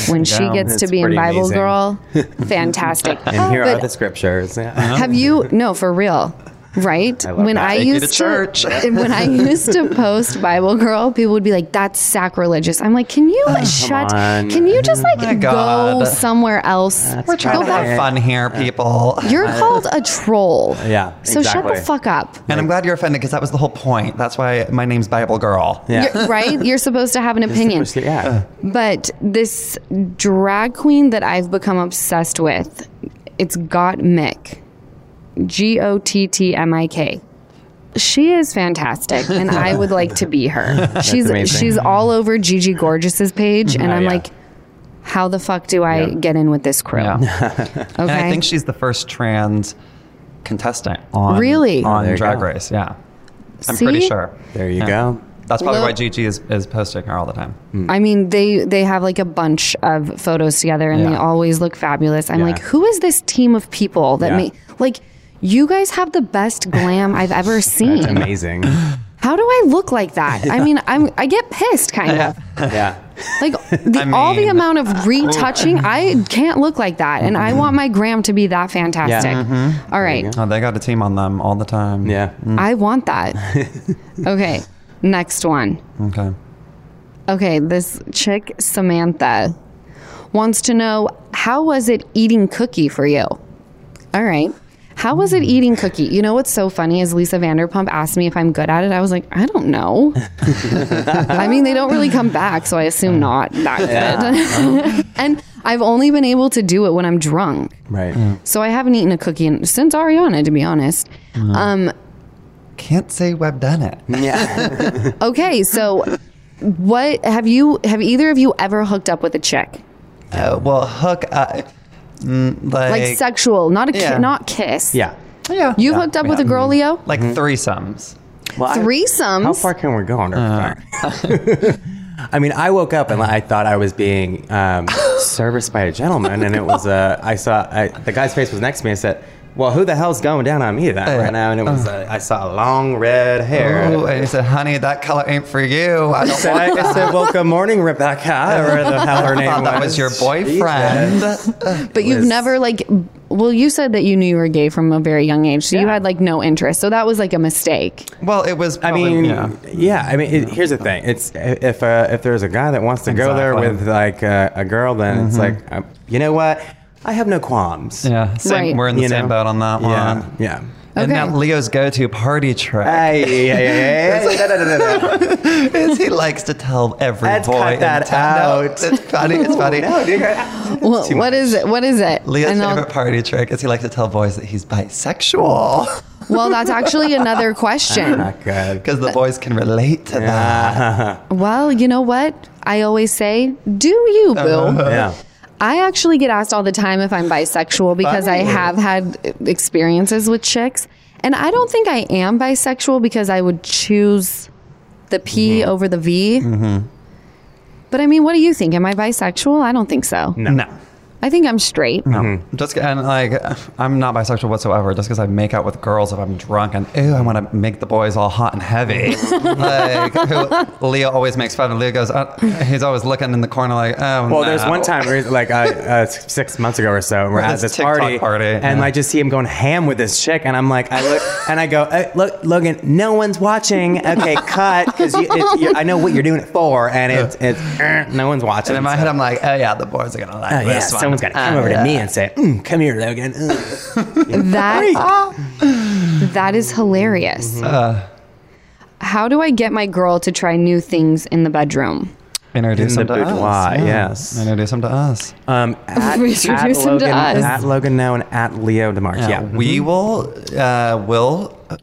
[SPEAKER 1] when she
[SPEAKER 3] down.
[SPEAKER 1] gets to
[SPEAKER 2] It's
[SPEAKER 1] be in
[SPEAKER 2] pretty
[SPEAKER 1] Bible
[SPEAKER 2] amazing.
[SPEAKER 1] Girl, fantastic.
[SPEAKER 2] and here are
[SPEAKER 1] But
[SPEAKER 2] the scriptures.
[SPEAKER 3] Uh-huh.
[SPEAKER 2] Yeah.
[SPEAKER 1] Have you no for real? Right?
[SPEAKER 2] Oh. love
[SPEAKER 1] when
[SPEAKER 2] that.
[SPEAKER 1] I
[SPEAKER 2] Take
[SPEAKER 3] you to
[SPEAKER 1] used
[SPEAKER 3] church.
[SPEAKER 1] when I used to post Bible girl, people would be like, That's sacrilegious. I'm like, Can you shut
[SPEAKER 2] on.
[SPEAKER 1] can you just like go
[SPEAKER 3] God.
[SPEAKER 1] somewhere else?
[SPEAKER 3] We're trying
[SPEAKER 1] go
[SPEAKER 3] to have
[SPEAKER 1] back.
[SPEAKER 3] fun here, people.
[SPEAKER 1] You're called a troll.
[SPEAKER 2] Yeah,
[SPEAKER 1] So shut
[SPEAKER 2] exactly.
[SPEAKER 1] the fuck up.
[SPEAKER 3] And I'm glad you're offended because that was the whole point. That's why my name's Bible Girl.
[SPEAKER 2] Yeah.
[SPEAKER 1] You're- right? You're supposed to have an opinion.
[SPEAKER 3] Uh-huh.
[SPEAKER 2] Yeah.
[SPEAKER 1] But this drag queen that I've become obsessed with, it's Got Mick. G O T T M I K. She is fantastic, and I would like to be her. She's
[SPEAKER 2] amazing.
[SPEAKER 1] she's all over Gigi Gorgeous's page, and
[SPEAKER 2] Oh,
[SPEAKER 1] I'm
[SPEAKER 2] yeah.
[SPEAKER 1] like, how the fuck do I get in with this crew? Okay,
[SPEAKER 3] And I think she's the first trans contestant on
[SPEAKER 1] Really?
[SPEAKER 3] on
[SPEAKER 2] There you
[SPEAKER 3] Drag
[SPEAKER 2] go.
[SPEAKER 3] Race. Yeah, I'm pretty
[SPEAKER 1] See?
[SPEAKER 3] sure.
[SPEAKER 2] There you
[SPEAKER 3] Yeah.
[SPEAKER 2] go.
[SPEAKER 3] That's probably
[SPEAKER 1] Well-
[SPEAKER 3] why Gigi is, is posting her all the time.
[SPEAKER 2] Hmm.
[SPEAKER 1] I mean, they they have like a bunch of photos together, and they
[SPEAKER 3] Yeah.
[SPEAKER 1] always look fabulous. I'm
[SPEAKER 2] Yeah.
[SPEAKER 1] like, who is this team of people that
[SPEAKER 2] Yeah.
[SPEAKER 1] make like? You guys have the best glam I've ever
[SPEAKER 2] That's
[SPEAKER 1] seen.
[SPEAKER 2] amazing.
[SPEAKER 1] How do I look like that? I mean, I'm I get pissed kind of.
[SPEAKER 2] yeah.
[SPEAKER 1] Like the,
[SPEAKER 3] I
[SPEAKER 1] all the
[SPEAKER 3] mean-
[SPEAKER 1] amount of retouching, I can't look like that, and I want my gram to be that fantastic. All right,
[SPEAKER 3] Oh, they got a team on them all the time.
[SPEAKER 2] Mm-hmm. Yeah.
[SPEAKER 1] I want that. okay, next one.
[SPEAKER 3] Okay.
[SPEAKER 1] Okay, this chick, Samantha, wants to know how was it eating cookie for you? All right. How was it eating cookie? You know what's so funny is Lisa Vanderpump asked me if I'm good at it. I was like, I don't know. I mean, they don't really come back, so I assume not that good. and I've only been able to do it when I'm drunk.
[SPEAKER 2] Right.
[SPEAKER 1] So I haven't eaten a cookie in, since Ariana, to be honest. Um,
[SPEAKER 3] Can't say we've done it.
[SPEAKER 2] Yeah.
[SPEAKER 1] okay, so what have you? Have either of you ever hooked up with a chick?
[SPEAKER 3] Uh, well, hook up. Mm, like,
[SPEAKER 1] Like sexual, not a ki-
[SPEAKER 3] Yeah.
[SPEAKER 1] not kiss.
[SPEAKER 2] yeah.
[SPEAKER 3] Yeah.
[SPEAKER 1] You've hooked up with a girl, Leo?
[SPEAKER 3] like
[SPEAKER 2] Mm-hmm.
[SPEAKER 3] threesomes.
[SPEAKER 2] Well, I-
[SPEAKER 1] Threesomes?
[SPEAKER 2] how far can we go on our
[SPEAKER 3] Uh.
[SPEAKER 2] I mean, I woke up and I thought I was being um, serviced by a gentleman, and it was uh, I saw I, the guy's face was next to me. and said, "Well, who the hell's going down on me that right now?" And it was uh, I saw long red hair.
[SPEAKER 3] Ooh,
[SPEAKER 1] Oh,
[SPEAKER 3] and he said, honey, that color ain't for you. I don't
[SPEAKER 2] So I, I said, "Well, good morning, Rebecca," or the hell her name
[SPEAKER 3] thought that was your boyfriend.
[SPEAKER 1] But you've
[SPEAKER 2] was-
[SPEAKER 1] never like well, you said that you knew you were gay from a very young age, so you had like no interest. So that was like a mistake.
[SPEAKER 3] Well, it was.
[SPEAKER 2] I
[SPEAKER 3] probably-
[SPEAKER 2] mean,
[SPEAKER 3] yeah.
[SPEAKER 2] yeah. I mean, it, here's the thing. It's if uh, if there's a guy that wants to go there
[SPEAKER 3] Exactly.
[SPEAKER 2] with like uh, a, a girl, then it's like, um, you know what? I have no qualms.
[SPEAKER 3] Mm-hmm. yeah. Same,
[SPEAKER 1] Right.
[SPEAKER 3] We're in the
[SPEAKER 2] You
[SPEAKER 3] same
[SPEAKER 2] know?
[SPEAKER 3] boat on that
[SPEAKER 2] Yeah.
[SPEAKER 3] one.
[SPEAKER 2] Yeah.
[SPEAKER 3] And now
[SPEAKER 1] Okay.
[SPEAKER 3] Leo's go-to party trick
[SPEAKER 2] Ay, ay, ay, ay, ay, da, da, da, da, da.
[SPEAKER 3] is he likes to tell every
[SPEAKER 2] Let's
[SPEAKER 3] boy
[SPEAKER 2] cut
[SPEAKER 3] in
[SPEAKER 2] that
[SPEAKER 3] town-
[SPEAKER 2] out.
[SPEAKER 3] No, it's funny. It's funny.
[SPEAKER 2] No, dude, I-
[SPEAKER 1] Well,
[SPEAKER 2] too
[SPEAKER 1] what
[SPEAKER 2] much.
[SPEAKER 1] is it? What is it?
[SPEAKER 3] Leo's
[SPEAKER 1] And I'll-
[SPEAKER 3] favorite party trick is he likes to tell boys that he's bisexual
[SPEAKER 1] well, that's actually another question.
[SPEAKER 2] Not good.
[SPEAKER 3] because the boys can relate to that.
[SPEAKER 1] well, you know what? I always say, do you, boo?
[SPEAKER 2] Yeah.
[SPEAKER 1] I actually get asked all the time if I'm bisexual because I have had experiences with chicks. And I don't think I am bisexual because I would choose the P over the V. But I mean, what do you think? Am I bisexual? I don't think so.
[SPEAKER 3] No.
[SPEAKER 1] I think I'm straight.
[SPEAKER 3] Just and like I'm not bisexual whatsoever. Just because I make out with girls if I'm drunk and ooh, I want to make the boys all hot and heavy. like who, Leo always makes fun of. Leo goes, uh, he's always looking in the corner like, oh.
[SPEAKER 2] Well, there's
[SPEAKER 3] no."
[SPEAKER 2] one time, where, like uh, uh, s- six months ago or so, we're
[SPEAKER 3] Well,
[SPEAKER 2] at
[SPEAKER 3] this
[SPEAKER 2] this
[SPEAKER 3] TikTok
[SPEAKER 2] party,
[SPEAKER 3] party,
[SPEAKER 2] and
[SPEAKER 3] yeah.
[SPEAKER 2] I just see him going ham with this chick, and I'm like, I look, and I go, "Hey, look, Logan, no one's watching. Okay, cut, because you, it- you, I know what you're doing it for, and it's, it's eh, no one's watching.
[SPEAKER 3] And in my head, I'm like, oh yeah, the boys are gonna like
[SPEAKER 2] Oh, yeah,
[SPEAKER 3] this one.
[SPEAKER 2] someone's got to come
[SPEAKER 3] Uh,
[SPEAKER 2] over
[SPEAKER 3] yeah.
[SPEAKER 2] to me and say, mm, "Come here, Logan." Ugh.
[SPEAKER 1] That that is hilarious. How do I get my girl to try new things in the bedroom?
[SPEAKER 3] Introduce
[SPEAKER 2] In
[SPEAKER 3] them
[SPEAKER 2] the
[SPEAKER 3] to us.
[SPEAKER 2] boudoir, yes.
[SPEAKER 3] Introduce them to us.
[SPEAKER 2] Um, at,
[SPEAKER 1] Introduce
[SPEAKER 2] at
[SPEAKER 1] him to
[SPEAKER 2] Logan,
[SPEAKER 1] us.
[SPEAKER 2] at Logan now, and at Leo DeMarc. Yeah,
[SPEAKER 3] Yeah, we will uh, will uh,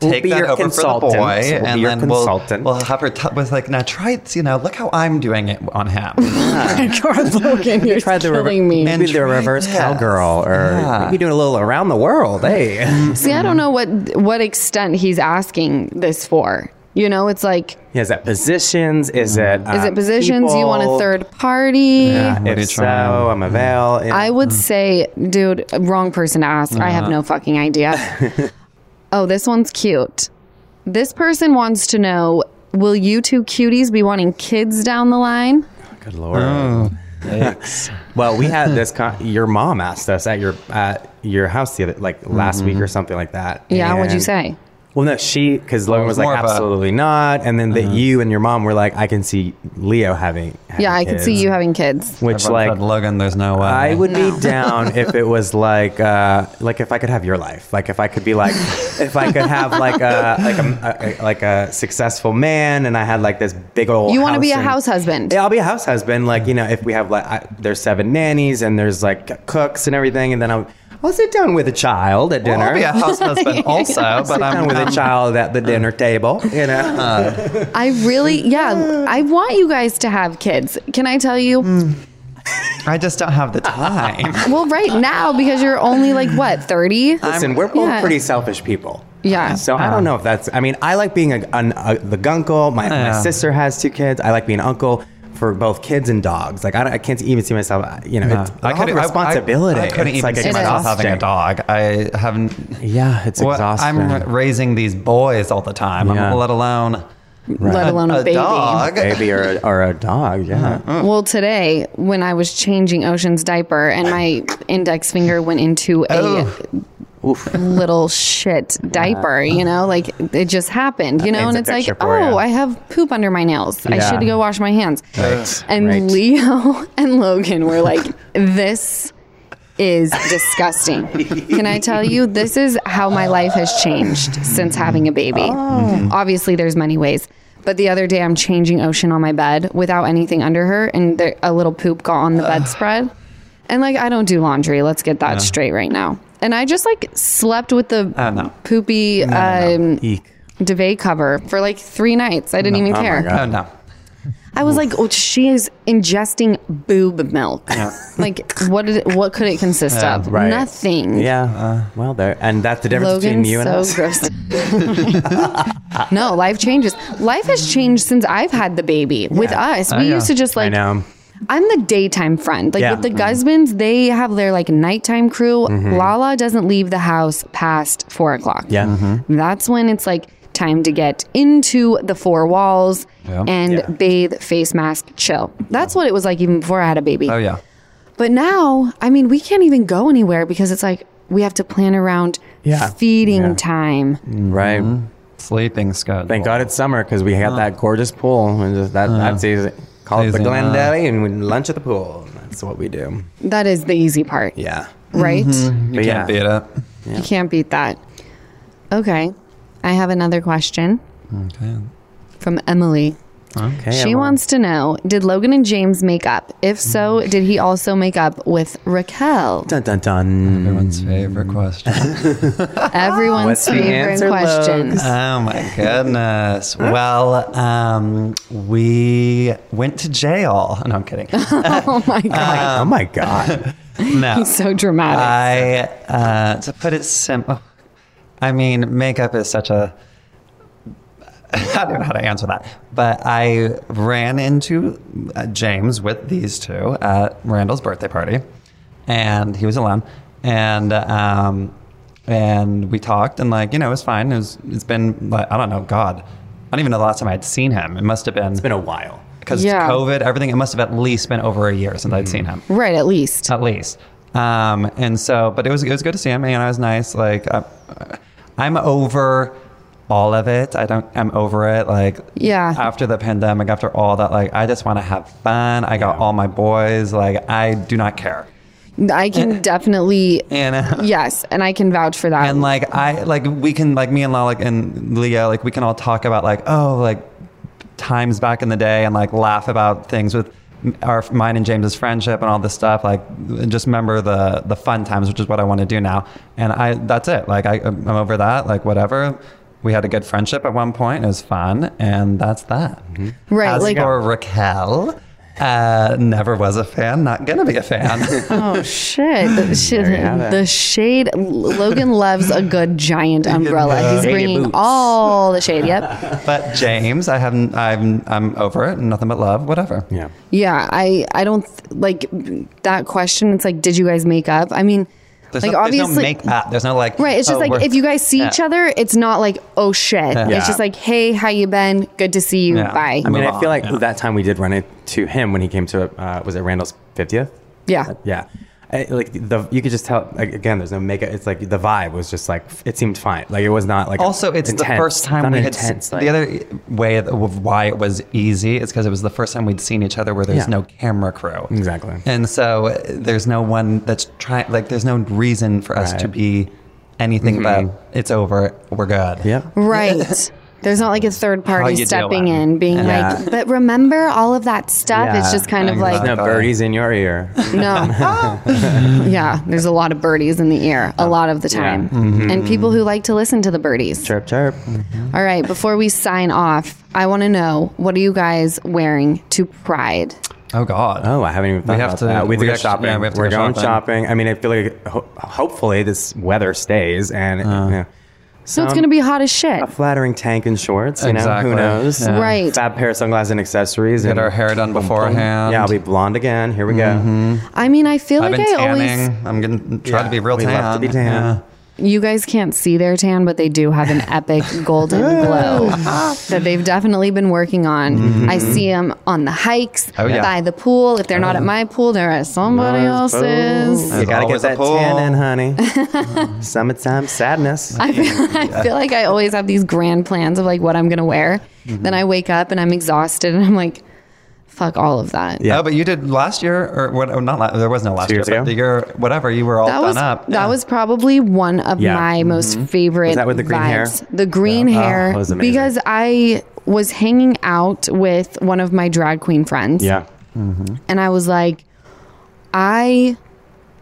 [SPEAKER 3] take
[SPEAKER 2] be
[SPEAKER 3] that
[SPEAKER 2] your
[SPEAKER 3] over
[SPEAKER 2] consultant.
[SPEAKER 3] for the boy,
[SPEAKER 2] We'll be
[SPEAKER 3] and
[SPEAKER 2] your
[SPEAKER 3] then
[SPEAKER 2] consultant.
[SPEAKER 3] we'll we'll have her t- with like now try it. You know, look how I'm doing it on him.
[SPEAKER 1] God, Logan, you're
[SPEAKER 2] Try the,
[SPEAKER 1] killing
[SPEAKER 2] rever-
[SPEAKER 1] me.
[SPEAKER 2] maybe the
[SPEAKER 3] try
[SPEAKER 2] reverse
[SPEAKER 3] this.
[SPEAKER 2] cowgirl, or maybe doing a little around the world. Hey,
[SPEAKER 3] Mm.
[SPEAKER 1] See, I don't know what what extent he's asking this for. You know, it's like,
[SPEAKER 2] Yeah, is that positions? Is
[SPEAKER 3] Mm.
[SPEAKER 2] it uh,
[SPEAKER 1] is it positions? You want a third party?
[SPEAKER 3] Yeah. What are you
[SPEAKER 2] If so,
[SPEAKER 3] trying?
[SPEAKER 2] I'm avail. Yeah.
[SPEAKER 1] I would say, dude, wrong person to ask. I
[SPEAKER 2] Uh-huh.
[SPEAKER 1] have no fucking idea. oh, this one's cute. This person wants to know Will you two cuties be wanting kids down the line?
[SPEAKER 2] Good lord.
[SPEAKER 3] Oh,
[SPEAKER 2] well, we had this. Con- your mom asked us at your at your house the other, like
[SPEAKER 3] Mm-hmm.
[SPEAKER 2] last week or something like that.
[SPEAKER 1] Yeah, what'd you
[SPEAKER 2] And-
[SPEAKER 1] say?
[SPEAKER 2] Well, no, she because Logan
[SPEAKER 3] Oh, was
[SPEAKER 2] was like
[SPEAKER 3] more of a- Uh-huh.
[SPEAKER 2] absolutely not, and then that you and your mom were like, I can see Leo having. having
[SPEAKER 1] Yeah, I could see
[SPEAKER 2] kids,"
[SPEAKER 1] you having kids.
[SPEAKER 2] Which
[SPEAKER 3] Everyone
[SPEAKER 2] like
[SPEAKER 3] said, Logan, there's no way.
[SPEAKER 2] I would be down if it was like uh, like if I could have your life, like if I could be like if I could have like a like a, a- like a successful man, and I had like this big old.
[SPEAKER 1] You want to be a
[SPEAKER 2] and-
[SPEAKER 1] house husband.
[SPEAKER 2] Yeah, I'll be a house husband. Like you know, if we have like I, there's seven nannies and there's like cooks and everything, and then I'll I'll sit down with a child at
[SPEAKER 3] Well,
[SPEAKER 2] dinner.
[SPEAKER 3] I'll be a house husband also, but
[SPEAKER 2] sit
[SPEAKER 3] I'm
[SPEAKER 2] down with
[SPEAKER 3] I'm-
[SPEAKER 2] a child at the dinner table. You know, Uh,
[SPEAKER 1] I really, yeah, I want you guys to have kids. Can I tell you?
[SPEAKER 2] Mm.
[SPEAKER 3] I just don't have the time.
[SPEAKER 1] Well, right now, because you're only like, what, 30?
[SPEAKER 2] listen, we're both
[SPEAKER 1] yeah.
[SPEAKER 2] pretty selfish people.
[SPEAKER 1] Yeah.
[SPEAKER 2] So I
[SPEAKER 3] Uh-huh.
[SPEAKER 2] don't know if that's. I mean, I like being a, an, a the gunkle. My, my
[SPEAKER 3] Yeah.
[SPEAKER 2] sister has two kids. I like being uncle for both kids and dogs. Like I, don't- I can't even see myself. uh, You know, it's
[SPEAKER 3] I
[SPEAKER 2] I
[SPEAKER 3] couldn't-
[SPEAKER 2] could
[SPEAKER 3] I- I-
[SPEAKER 2] responsibility.
[SPEAKER 3] I, couldn't
[SPEAKER 2] It's
[SPEAKER 3] even
[SPEAKER 2] like
[SPEAKER 3] see myself having a
[SPEAKER 2] exhausting.
[SPEAKER 3] dog. I haven't.
[SPEAKER 2] Yeah, it's
[SPEAKER 3] Well,
[SPEAKER 2] exhausting.
[SPEAKER 3] I'm ra- raising these boys all the time.
[SPEAKER 2] Yeah.
[SPEAKER 3] I'm, let alone
[SPEAKER 1] Let alone a,
[SPEAKER 3] a
[SPEAKER 1] baby.
[SPEAKER 3] dog.
[SPEAKER 2] Baby or a, or a dog, yeah.
[SPEAKER 1] Well, today when I was changing Ocean's diaper and my index finger went into a little shit diaper, you know, like it just happened, you know, and
[SPEAKER 2] paints a
[SPEAKER 1] it's like,
[SPEAKER 2] picture for
[SPEAKER 1] oh,
[SPEAKER 2] ya.
[SPEAKER 1] I have poop under my nails. I
[SPEAKER 2] Yeah.
[SPEAKER 1] should go wash my hands.
[SPEAKER 2] Right,
[SPEAKER 1] And
[SPEAKER 2] right.
[SPEAKER 1] Leo and Logan were like, this is disgusting. Can I tell you, this is how my life has changed since having a baby.
[SPEAKER 3] Oh.
[SPEAKER 1] Obviously, there's many ways. But the other day, I'm changing Ocean on my bed without anything under her, and there, a little poop got on the bedspread. And like, I don't do laundry. Let's get that straight right now. And I just like slept with the
[SPEAKER 3] Oh, no.
[SPEAKER 1] poopy um,
[SPEAKER 3] Mm-hmm.
[SPEAKER 2] Eek.
[SPEAKER 1] duvet cover for like three nights. I didn't even
[SPEAKER 2] Oh my
[SPEAKER 1] care.
[SPEAKER 2] God.
[SPEAKER 3] Oh no.
[SPEAKER 1] I was like, oh, she is ingesting boob milk. like, what did it, what could it consist of?
[SPEAKER 2] right.
[SPEAKER 1] Nothing.
[SPEAKER 2] Yeah.
[SPEAKER 3] Uh.
[SPEAKER 2] well, there. And that's the difference between
[SPEAKER 1] Logan's
[SPEAKER 2] you and
[SPEAKER 1] so
[SPEAKER 2] us.
[SPEAKER 1] gross. no, life changes. Life has changed since I've had the baby. With us, we
[SPEAKER 3] yeah.
[SPEAKER 1] used to just
[SPEAKER 2] I
[SPEAKER 1] like
[SPEAKER 2] know.
[SPEAKER 1] I'm the daytime friend. Like
[SPEAKER 2] Yeah.
[SPEAKER 1] with the husbands, they have their like nighttime crew. Lala doesn't leave the house past four o'clock.
[SPEAKER 2] Mm-hmm. Yeah.
[SPEAKER 3] Mm-hmm.
[SPEAKER 1] That's when it's like time to get into the four walls and
[SPEAKER 2] Yeah.
[SPEAKER 1] bathe, face mask, chill. That's what it was like even before I had a baby.
[SPEAKER 3] Oh yeah.
[SPEAKER 1] But now, I mean, we can't even go anywhere because it's like we have to plan around
[SPEAKER 2] Yeah. Mm.
[SPEAKER 1] feeding time.
[SPEAKER 2] Right.
[SPEAKER 3] Mm-hmm. Sleeping schedule.
[SPEAKER 2] Thank God it's summer because we had that gorgeous pool and just that that's easy. Call it the
[SPEAKER 3] Easy,
[SPEAKER 2] Glen
[SPEAKER 3] uh.
[SPEAKER 2] Daddy and we lunch at the pool. and That's what we do.
[SPEAKER 1] That is the easy part,
[SPEAKER 2] Yeah.
[SPEAKER 1] right?
[SPEAKER 3] You
[SPEAKER 2] But yeah.
[SPEAKER 3] can't beat it.
[SPEAKER 1] You can't beat that. Okay. I have another question
[SPEAKER 3] Okay.
[SPEAKER 1] from Emily.
[SPEAKER 2] Okay.
[SPEAKER 1] She
[SPEAKER 2] Emma.
[SPEAKER 1] wants to know Did Logan and James make up? If so,
[SPEAKER 2] Mm.
[SPEAKER 1] did he also make up with Raquel?
[SPEAKER 2] Dun dun dun.
[SPEAKER 3] Everyone's favorite question.
[SPEAKER 1] Everyone's
[SPEAKER 2] What's the
[SPEAKER 1] favorite
[SPEAKER 2] answer,
[SPEAKER 1] question.
[SPEAKER 2] Logs?
[SPEAKER 3] Oh my goodness. Well, um, we went to jail. No, I'm kidding.
[SPEAKER 1] Oh
[SPEAKER 3] Uh,
[SPEAKER 1] my God.
[SPEAKER 2] oh my God.
[SPEAKER 3] No.
[SPEAKER 1] so dramatic.
[SPEAKER 3] uh, I, uh, to put it simple, I mean, makeup is such a. I don't know how to answer that. But I ran into uh, James with these two at Randall's birthday party, and he was alone. And, um, and we talked, and like, you know, it was fine. It was, it's been, like, I don't know, God. I don't even know the last time I'd seen him. It must have been
[SPEAKER 2] It's been a while.
[SPEAKER 3] because
[SPEAKER 1] Yeah.
[SPEAKER 3] COVID, everything. It must have at least been over a year since
[SPEAKER 2] Mm-hmm.
[SPEAKER 3] I'd seen him
[SPEAKER 1] right, at least.
[SPEAKER 3] at least. Um, and so, but it was it was good to see him, and I was nice. Like, I, I'm over all of it. I don't. I'm over it. Like,
[SPEAKER 1] Yeah.
[SPEAKER 3] After the pandemic, after all that, like, I just want to have fun. I got all my boys. Like, I do not care.
[SPEAKER 1] I can definitely.
[SPEAKER 3] Uh, And
[SPEAKER 1] Yes, and I can vouch for that.
[SPEAKER 3] and like I like we can like me and Lalik and Leah like we can all talk about like oh like times back in the day and like laugh about things with our mine and James's friendship and all this stuff like and just remember the the fun times which is what I want to do now and I that's it like I I'm over that like whatever we had a good friendship at one point it was fun and that's that
[SPEAKER 1] Mm-hmm. Right,
[SPEAKER 3] as
[SPEAKER 1] like-
[SPEAKER 3] for Raquel uh never was a fan not gonna be a fan
[SPEAKER 1] Oh shit! The, shit,
[SPEAKER 2] There you have it.
[SPEAKER 1] the shade. L- Logan loves a good giant umbrella. He's
[SPEAKER 2] Shady
[SPEAKER 1] bringing
[SPEAKER 2] boots.
[SPEAKER 1] all the shade. Yep.
[SPEAKER 3] but James I haven't I'm I'm over it nothing but love whatever
[SPEAKER 2] Yeah.
[SPEAKER 1] Yeah, I I don't th- like that question. It's like, did you guys make up? I mean,
[SPEAKER 3] There's
[SPEAKER 1] like
[SPEAKER 3] no,
[SPEAKER 1] obviously,
[SPEAKER 3] there's no make up. There's no like.
[SPEAKER 1] right? It's just
[SPEAKER 3] oh,
[SPEAKER 1] like
[SPEAKER 3] we're-
[SPEAKER 1] if you guys see
[SPEAKER 3] Yeah.
[SPEAKER 1] each other, it's not like oh shit.
[SPEAKER 2] Yeah.
[SPEAKER 1] It's just like hey, how you been? Good to see you.
[SPEAKER 3] Yeah.
[SPEAKER 1] Bye.
[SPEAKER 2] I mean,
[SPEAKER 3] Move
[SPEAKER 2] I feel
[SPEAKER 3] on,
[SPEAKER 2] like that time we did run into him when he came to, uh, was it Randall's 50th?
[SPEAKER 1] yeah.
[SPEAKER 2] Yeah. I, like the you could just tell like, again. There's no makeup. It's like the vibe was just like it seemed fine. Like it was not like
[SPEAKER 3] Also, it's the
[SPEAKER 2] intense.
[SPEAKER 3] first
[SPEAKER 2] Not
[SPEAKER 3] time we had
[SPEAKER 2] intense, like-
[SPEAKER 3] the other way of why it was easy is because it was the first time we'd seen each other where there's
[SPEAKER 2] Yeah.
[SPEAKER 3] no camera crew.
[SPEAKER 2] Exactly.
[SPEAKER 3] And so uh, there's no one that's trying. Like there's no reason for us to
[SPEAKER 2] Right. Mm-hmm.
[SPEAKER 3] be anything but it's over. We're good.
[SPEAKER 2] Yep.
[SPEAKER 1] Right. There's not like a third party
[SPEAKER 3] you
[SPEAKER 1] stepping
[SPEAKER 3] doing?
[SPEAKER 1] in, being
[SPEAKER 2] Yeah.
[SPEAKER 1] like, but remember all of that stuff. It's
[SPEAKER 2] Yeah,
[SPEAKER 1] just kind of like,
[SPEAKER 3] exactly.
[SPEAKER 2] There's no birdies in your ear.
[SPEAKER 1] No. Oh. yeah, there's a lot of birdies in the air a lot of the time.
[SPEAKER 3] Mm-hmm.
[SPEAKER 1] And people who like to listen to the birdies.
[SPEAKER 2] chirp chirp.
[SPEAKER 1] All right, before we sign off, I want to know what are you guys wearing to Pride?
[SPEAKER 3] Oh God.
[SPEAKER 2] Oh, I haven't even thought
[SPEAKER 3] We have
[SPEAKER 2] about
[SPEAKER 3] to-
[SPEAKER 2] that. We have to
[SPEAKER 3] we
[SPEAKER 2] go
[SPEAKER 3] actually-
[SPEAKER 2] shopping.
[SPEAKER 3] yeah, we have to
[SPEAKER 2] are
[SPEAKER 3] go
[SPEAKER 2] going
[SPEAKER 3] shopping.
[SPEAKER 2] shopping. I mean, I feel like ho- hopefully this weather stays
[SPEAKER 3] Uh.
[SPEAKER 2] and you know,
[SPEAKER 1] So
[SPEAKER 3] Um,
[SPEAKER 1] it's going to be hot as shit.
[SPEAKER 2] a flattering tank and shorts. You
[SPEAKER 3] Exactly.
[SPEAKER 2] know, who knows?
[SPEAKER 3] Yeah.
[SPEAKER 1] Right.
[SPEAKER 2] Fab pair of sunglasses and accessories.
[SPEAKER 3] Get
[SPEAKER 2] and
[SPEAKER 3] our hair done beforehand.
[SPEAKER 2] Yeah, I'll be blonde again. Here we go.
[SPEAKER 1] I mean, I feel
[SPEAKER 3] I've
[SPEAKER 1] like
[SPEAKER 3] been
[SPEAKER 1] I
[SPEAKER 3] tanning.
[SPEAKER 1] always.
[SPEAKER 3] I'm gonna try to be real
[SPEAKER 2] we
[SPEAKER 3] tan.
[SPEAKER 2] love to be tan.
[SPEAKER 3] Yeah.
[SPEAKER 1] You guys can't see their tan, but they do have an epic golden glow that they've definitely been working on. I
[SPEAKER 2] Mm-hmm.
[SPEAKER 1] see them on the hikes,
[SPEAKER 3] Oh, yeah.
[SPEAKER 1] by the pool. If they're
[SPEAKER 2] Uh-huh.
[SPEAKER 1] not at my pool, they're at somebody else's.
[SPEAKER 2] Oh, You
[SPEAKER 3] There's
[SPEAKER 2] gotta get
[SPEAKER 3] always a
[SPEAKER 2] that
[SPEAKER 3] pool.
[SPEAKER 2] tan in, honey. Summertime sadness.
[SPEAKER 1] I feel, I feel like I always
[SPEAKER 2] Mm-hmm.
[SPEAKER 1] have these grand plans of like what I'm gonna wear. Then I wake up and I'm exhausted and I'm like, Fuck all of that.
[SPEAKER 2] Yeah.
[SPEAKER 3] Oh, but you did last year, or what? Oh, not last. There was no last year.
[SPEAKER 2] years
[SPEAKER 3] But
[SPEAKER 2] ago?
[SPEAKER 3] the year, whatever. You were all
[SPEAKER 1] That
[SPEAKER 3] done
[SPEAKER 1] was
[SPEAKER 3] up.
[SPEAKER 1] that was probably one of
[SPEAKER 2] Yeah. Mm-hmm.
[SPEAKER 1] my most favorite.
[SPEAKER 2] Was that with the green hair? Oh,
[SPEAKER 1] vibes. The green hair
[SPEAKER 2] that was amazing.
[SPEAKER 1] because I was hanging out with one of my drag queen friends.
[SPEAKER 2] Yeah.
[SPEAKER 1] and I was like, I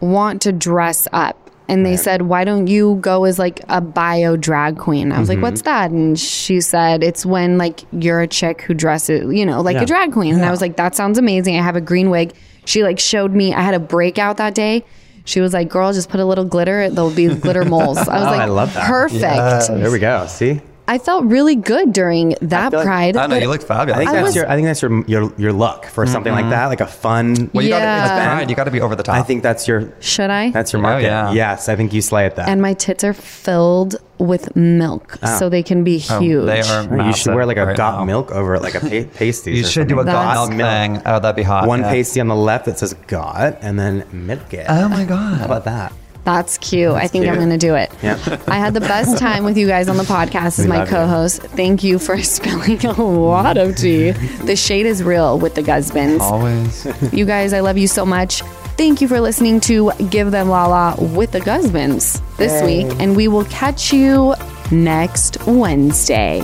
[SPEAKER 1] want to dress up. And they said, Why don't you go as like a bio drag queen? I was
[SPEAKER 2] Mm-hmm.
[SPEAKER 1] like, What's that? And she said, It's when like you're a chick who dresses, you know, like
[SPEAKER 2] Yeah.
[SPEAKER 1] a drag queen. And I was like, That sounds amazing. I have a green wig. She like showed me, I had a breakout that day. She was like, Girl, just put a little glitter. There'll be glitter moles. I was like,
[SPEAKER 2] Oh, I love that.
[SPEAKER 1] Perfect.
[SPEAKER 2] There we go. See?
[SPEAKER 1] I felt really good during that
[SPEAKER 2] feel like-
[SPEAKER 1] pride.
[SPEAKER 3] I don't know.
[SPEAKER 1] but
[SPEAKER 3] You look fabulous.
[SPEAKER 2] I think that's
[SPEAKER 1] was-
[SPEAKER 2] your I think that's your your, your look for something like that, like a fun
[SPEAKER 3] Mm-hmm. well, you
[SPEAKER 1] Yeah.
[SPEAKER 3] gotta, it's pride. You got to be over the top.
[SPEAKER 2] I think that's your
[SPEAKER 1] should I?
[SPEAKER 2] that's your
[SPEAKER 3] Oh,
[SPEAKER 2] market.
[SPEAKER 3] yeah.
[SPEAKER 2] Yes, I think you slay at that.
[SPEAKER 1] and my tits are filled with milk, so they can be huge.
[SPEAKER 3] they
[SPEAKER 2] Ah.
[SPEAKER 3] are.
[SPEAKER 2] Oh, you should
[SPEAKER 3] massive
[SPEAKER 2] wear like a
[SPEAKER 3] right
[SPEAKER 2] got
[SPEAKER 3] now.
[SPEAKER 2] milk over it, like a pa- pasty.
[SPEAKER 3] You should do a
[SPEAKER 1] That's-
[SPEAKER 3] got milk thing. Oh, that'd be hot.
[SPEAKER 2] one
[SPEAKER 3] yeah.
[SPEAKER 2] pasty on the left that says got, and then milk it.
[SPEAKER 3] Oh my
[SPEAKER 2] How
[SPEAKER 3] god.
[SPEAKER 2] about that?
[SPEAKER 1] That's cute. I think I'm
[SPEAKER 2] cute.
[SPEAKER 1] going to do it. I had the best time with you guys on the podcast as
[SPEAKER 2] We
[SPEAKER 1] my
[SPEAKER 2] love you.
[SPEAKER 1] co-host. Thank you for spilling a lot of tea. The shade is real with the husbands.
[SPEAKER 2] Oh.
[SPEAKER 3] Always.
[SPEAKER 1] You guys, I love you so much. Thank you for listening to Give Them La La with the Guzmans this week, and we will catch you next Wednesday.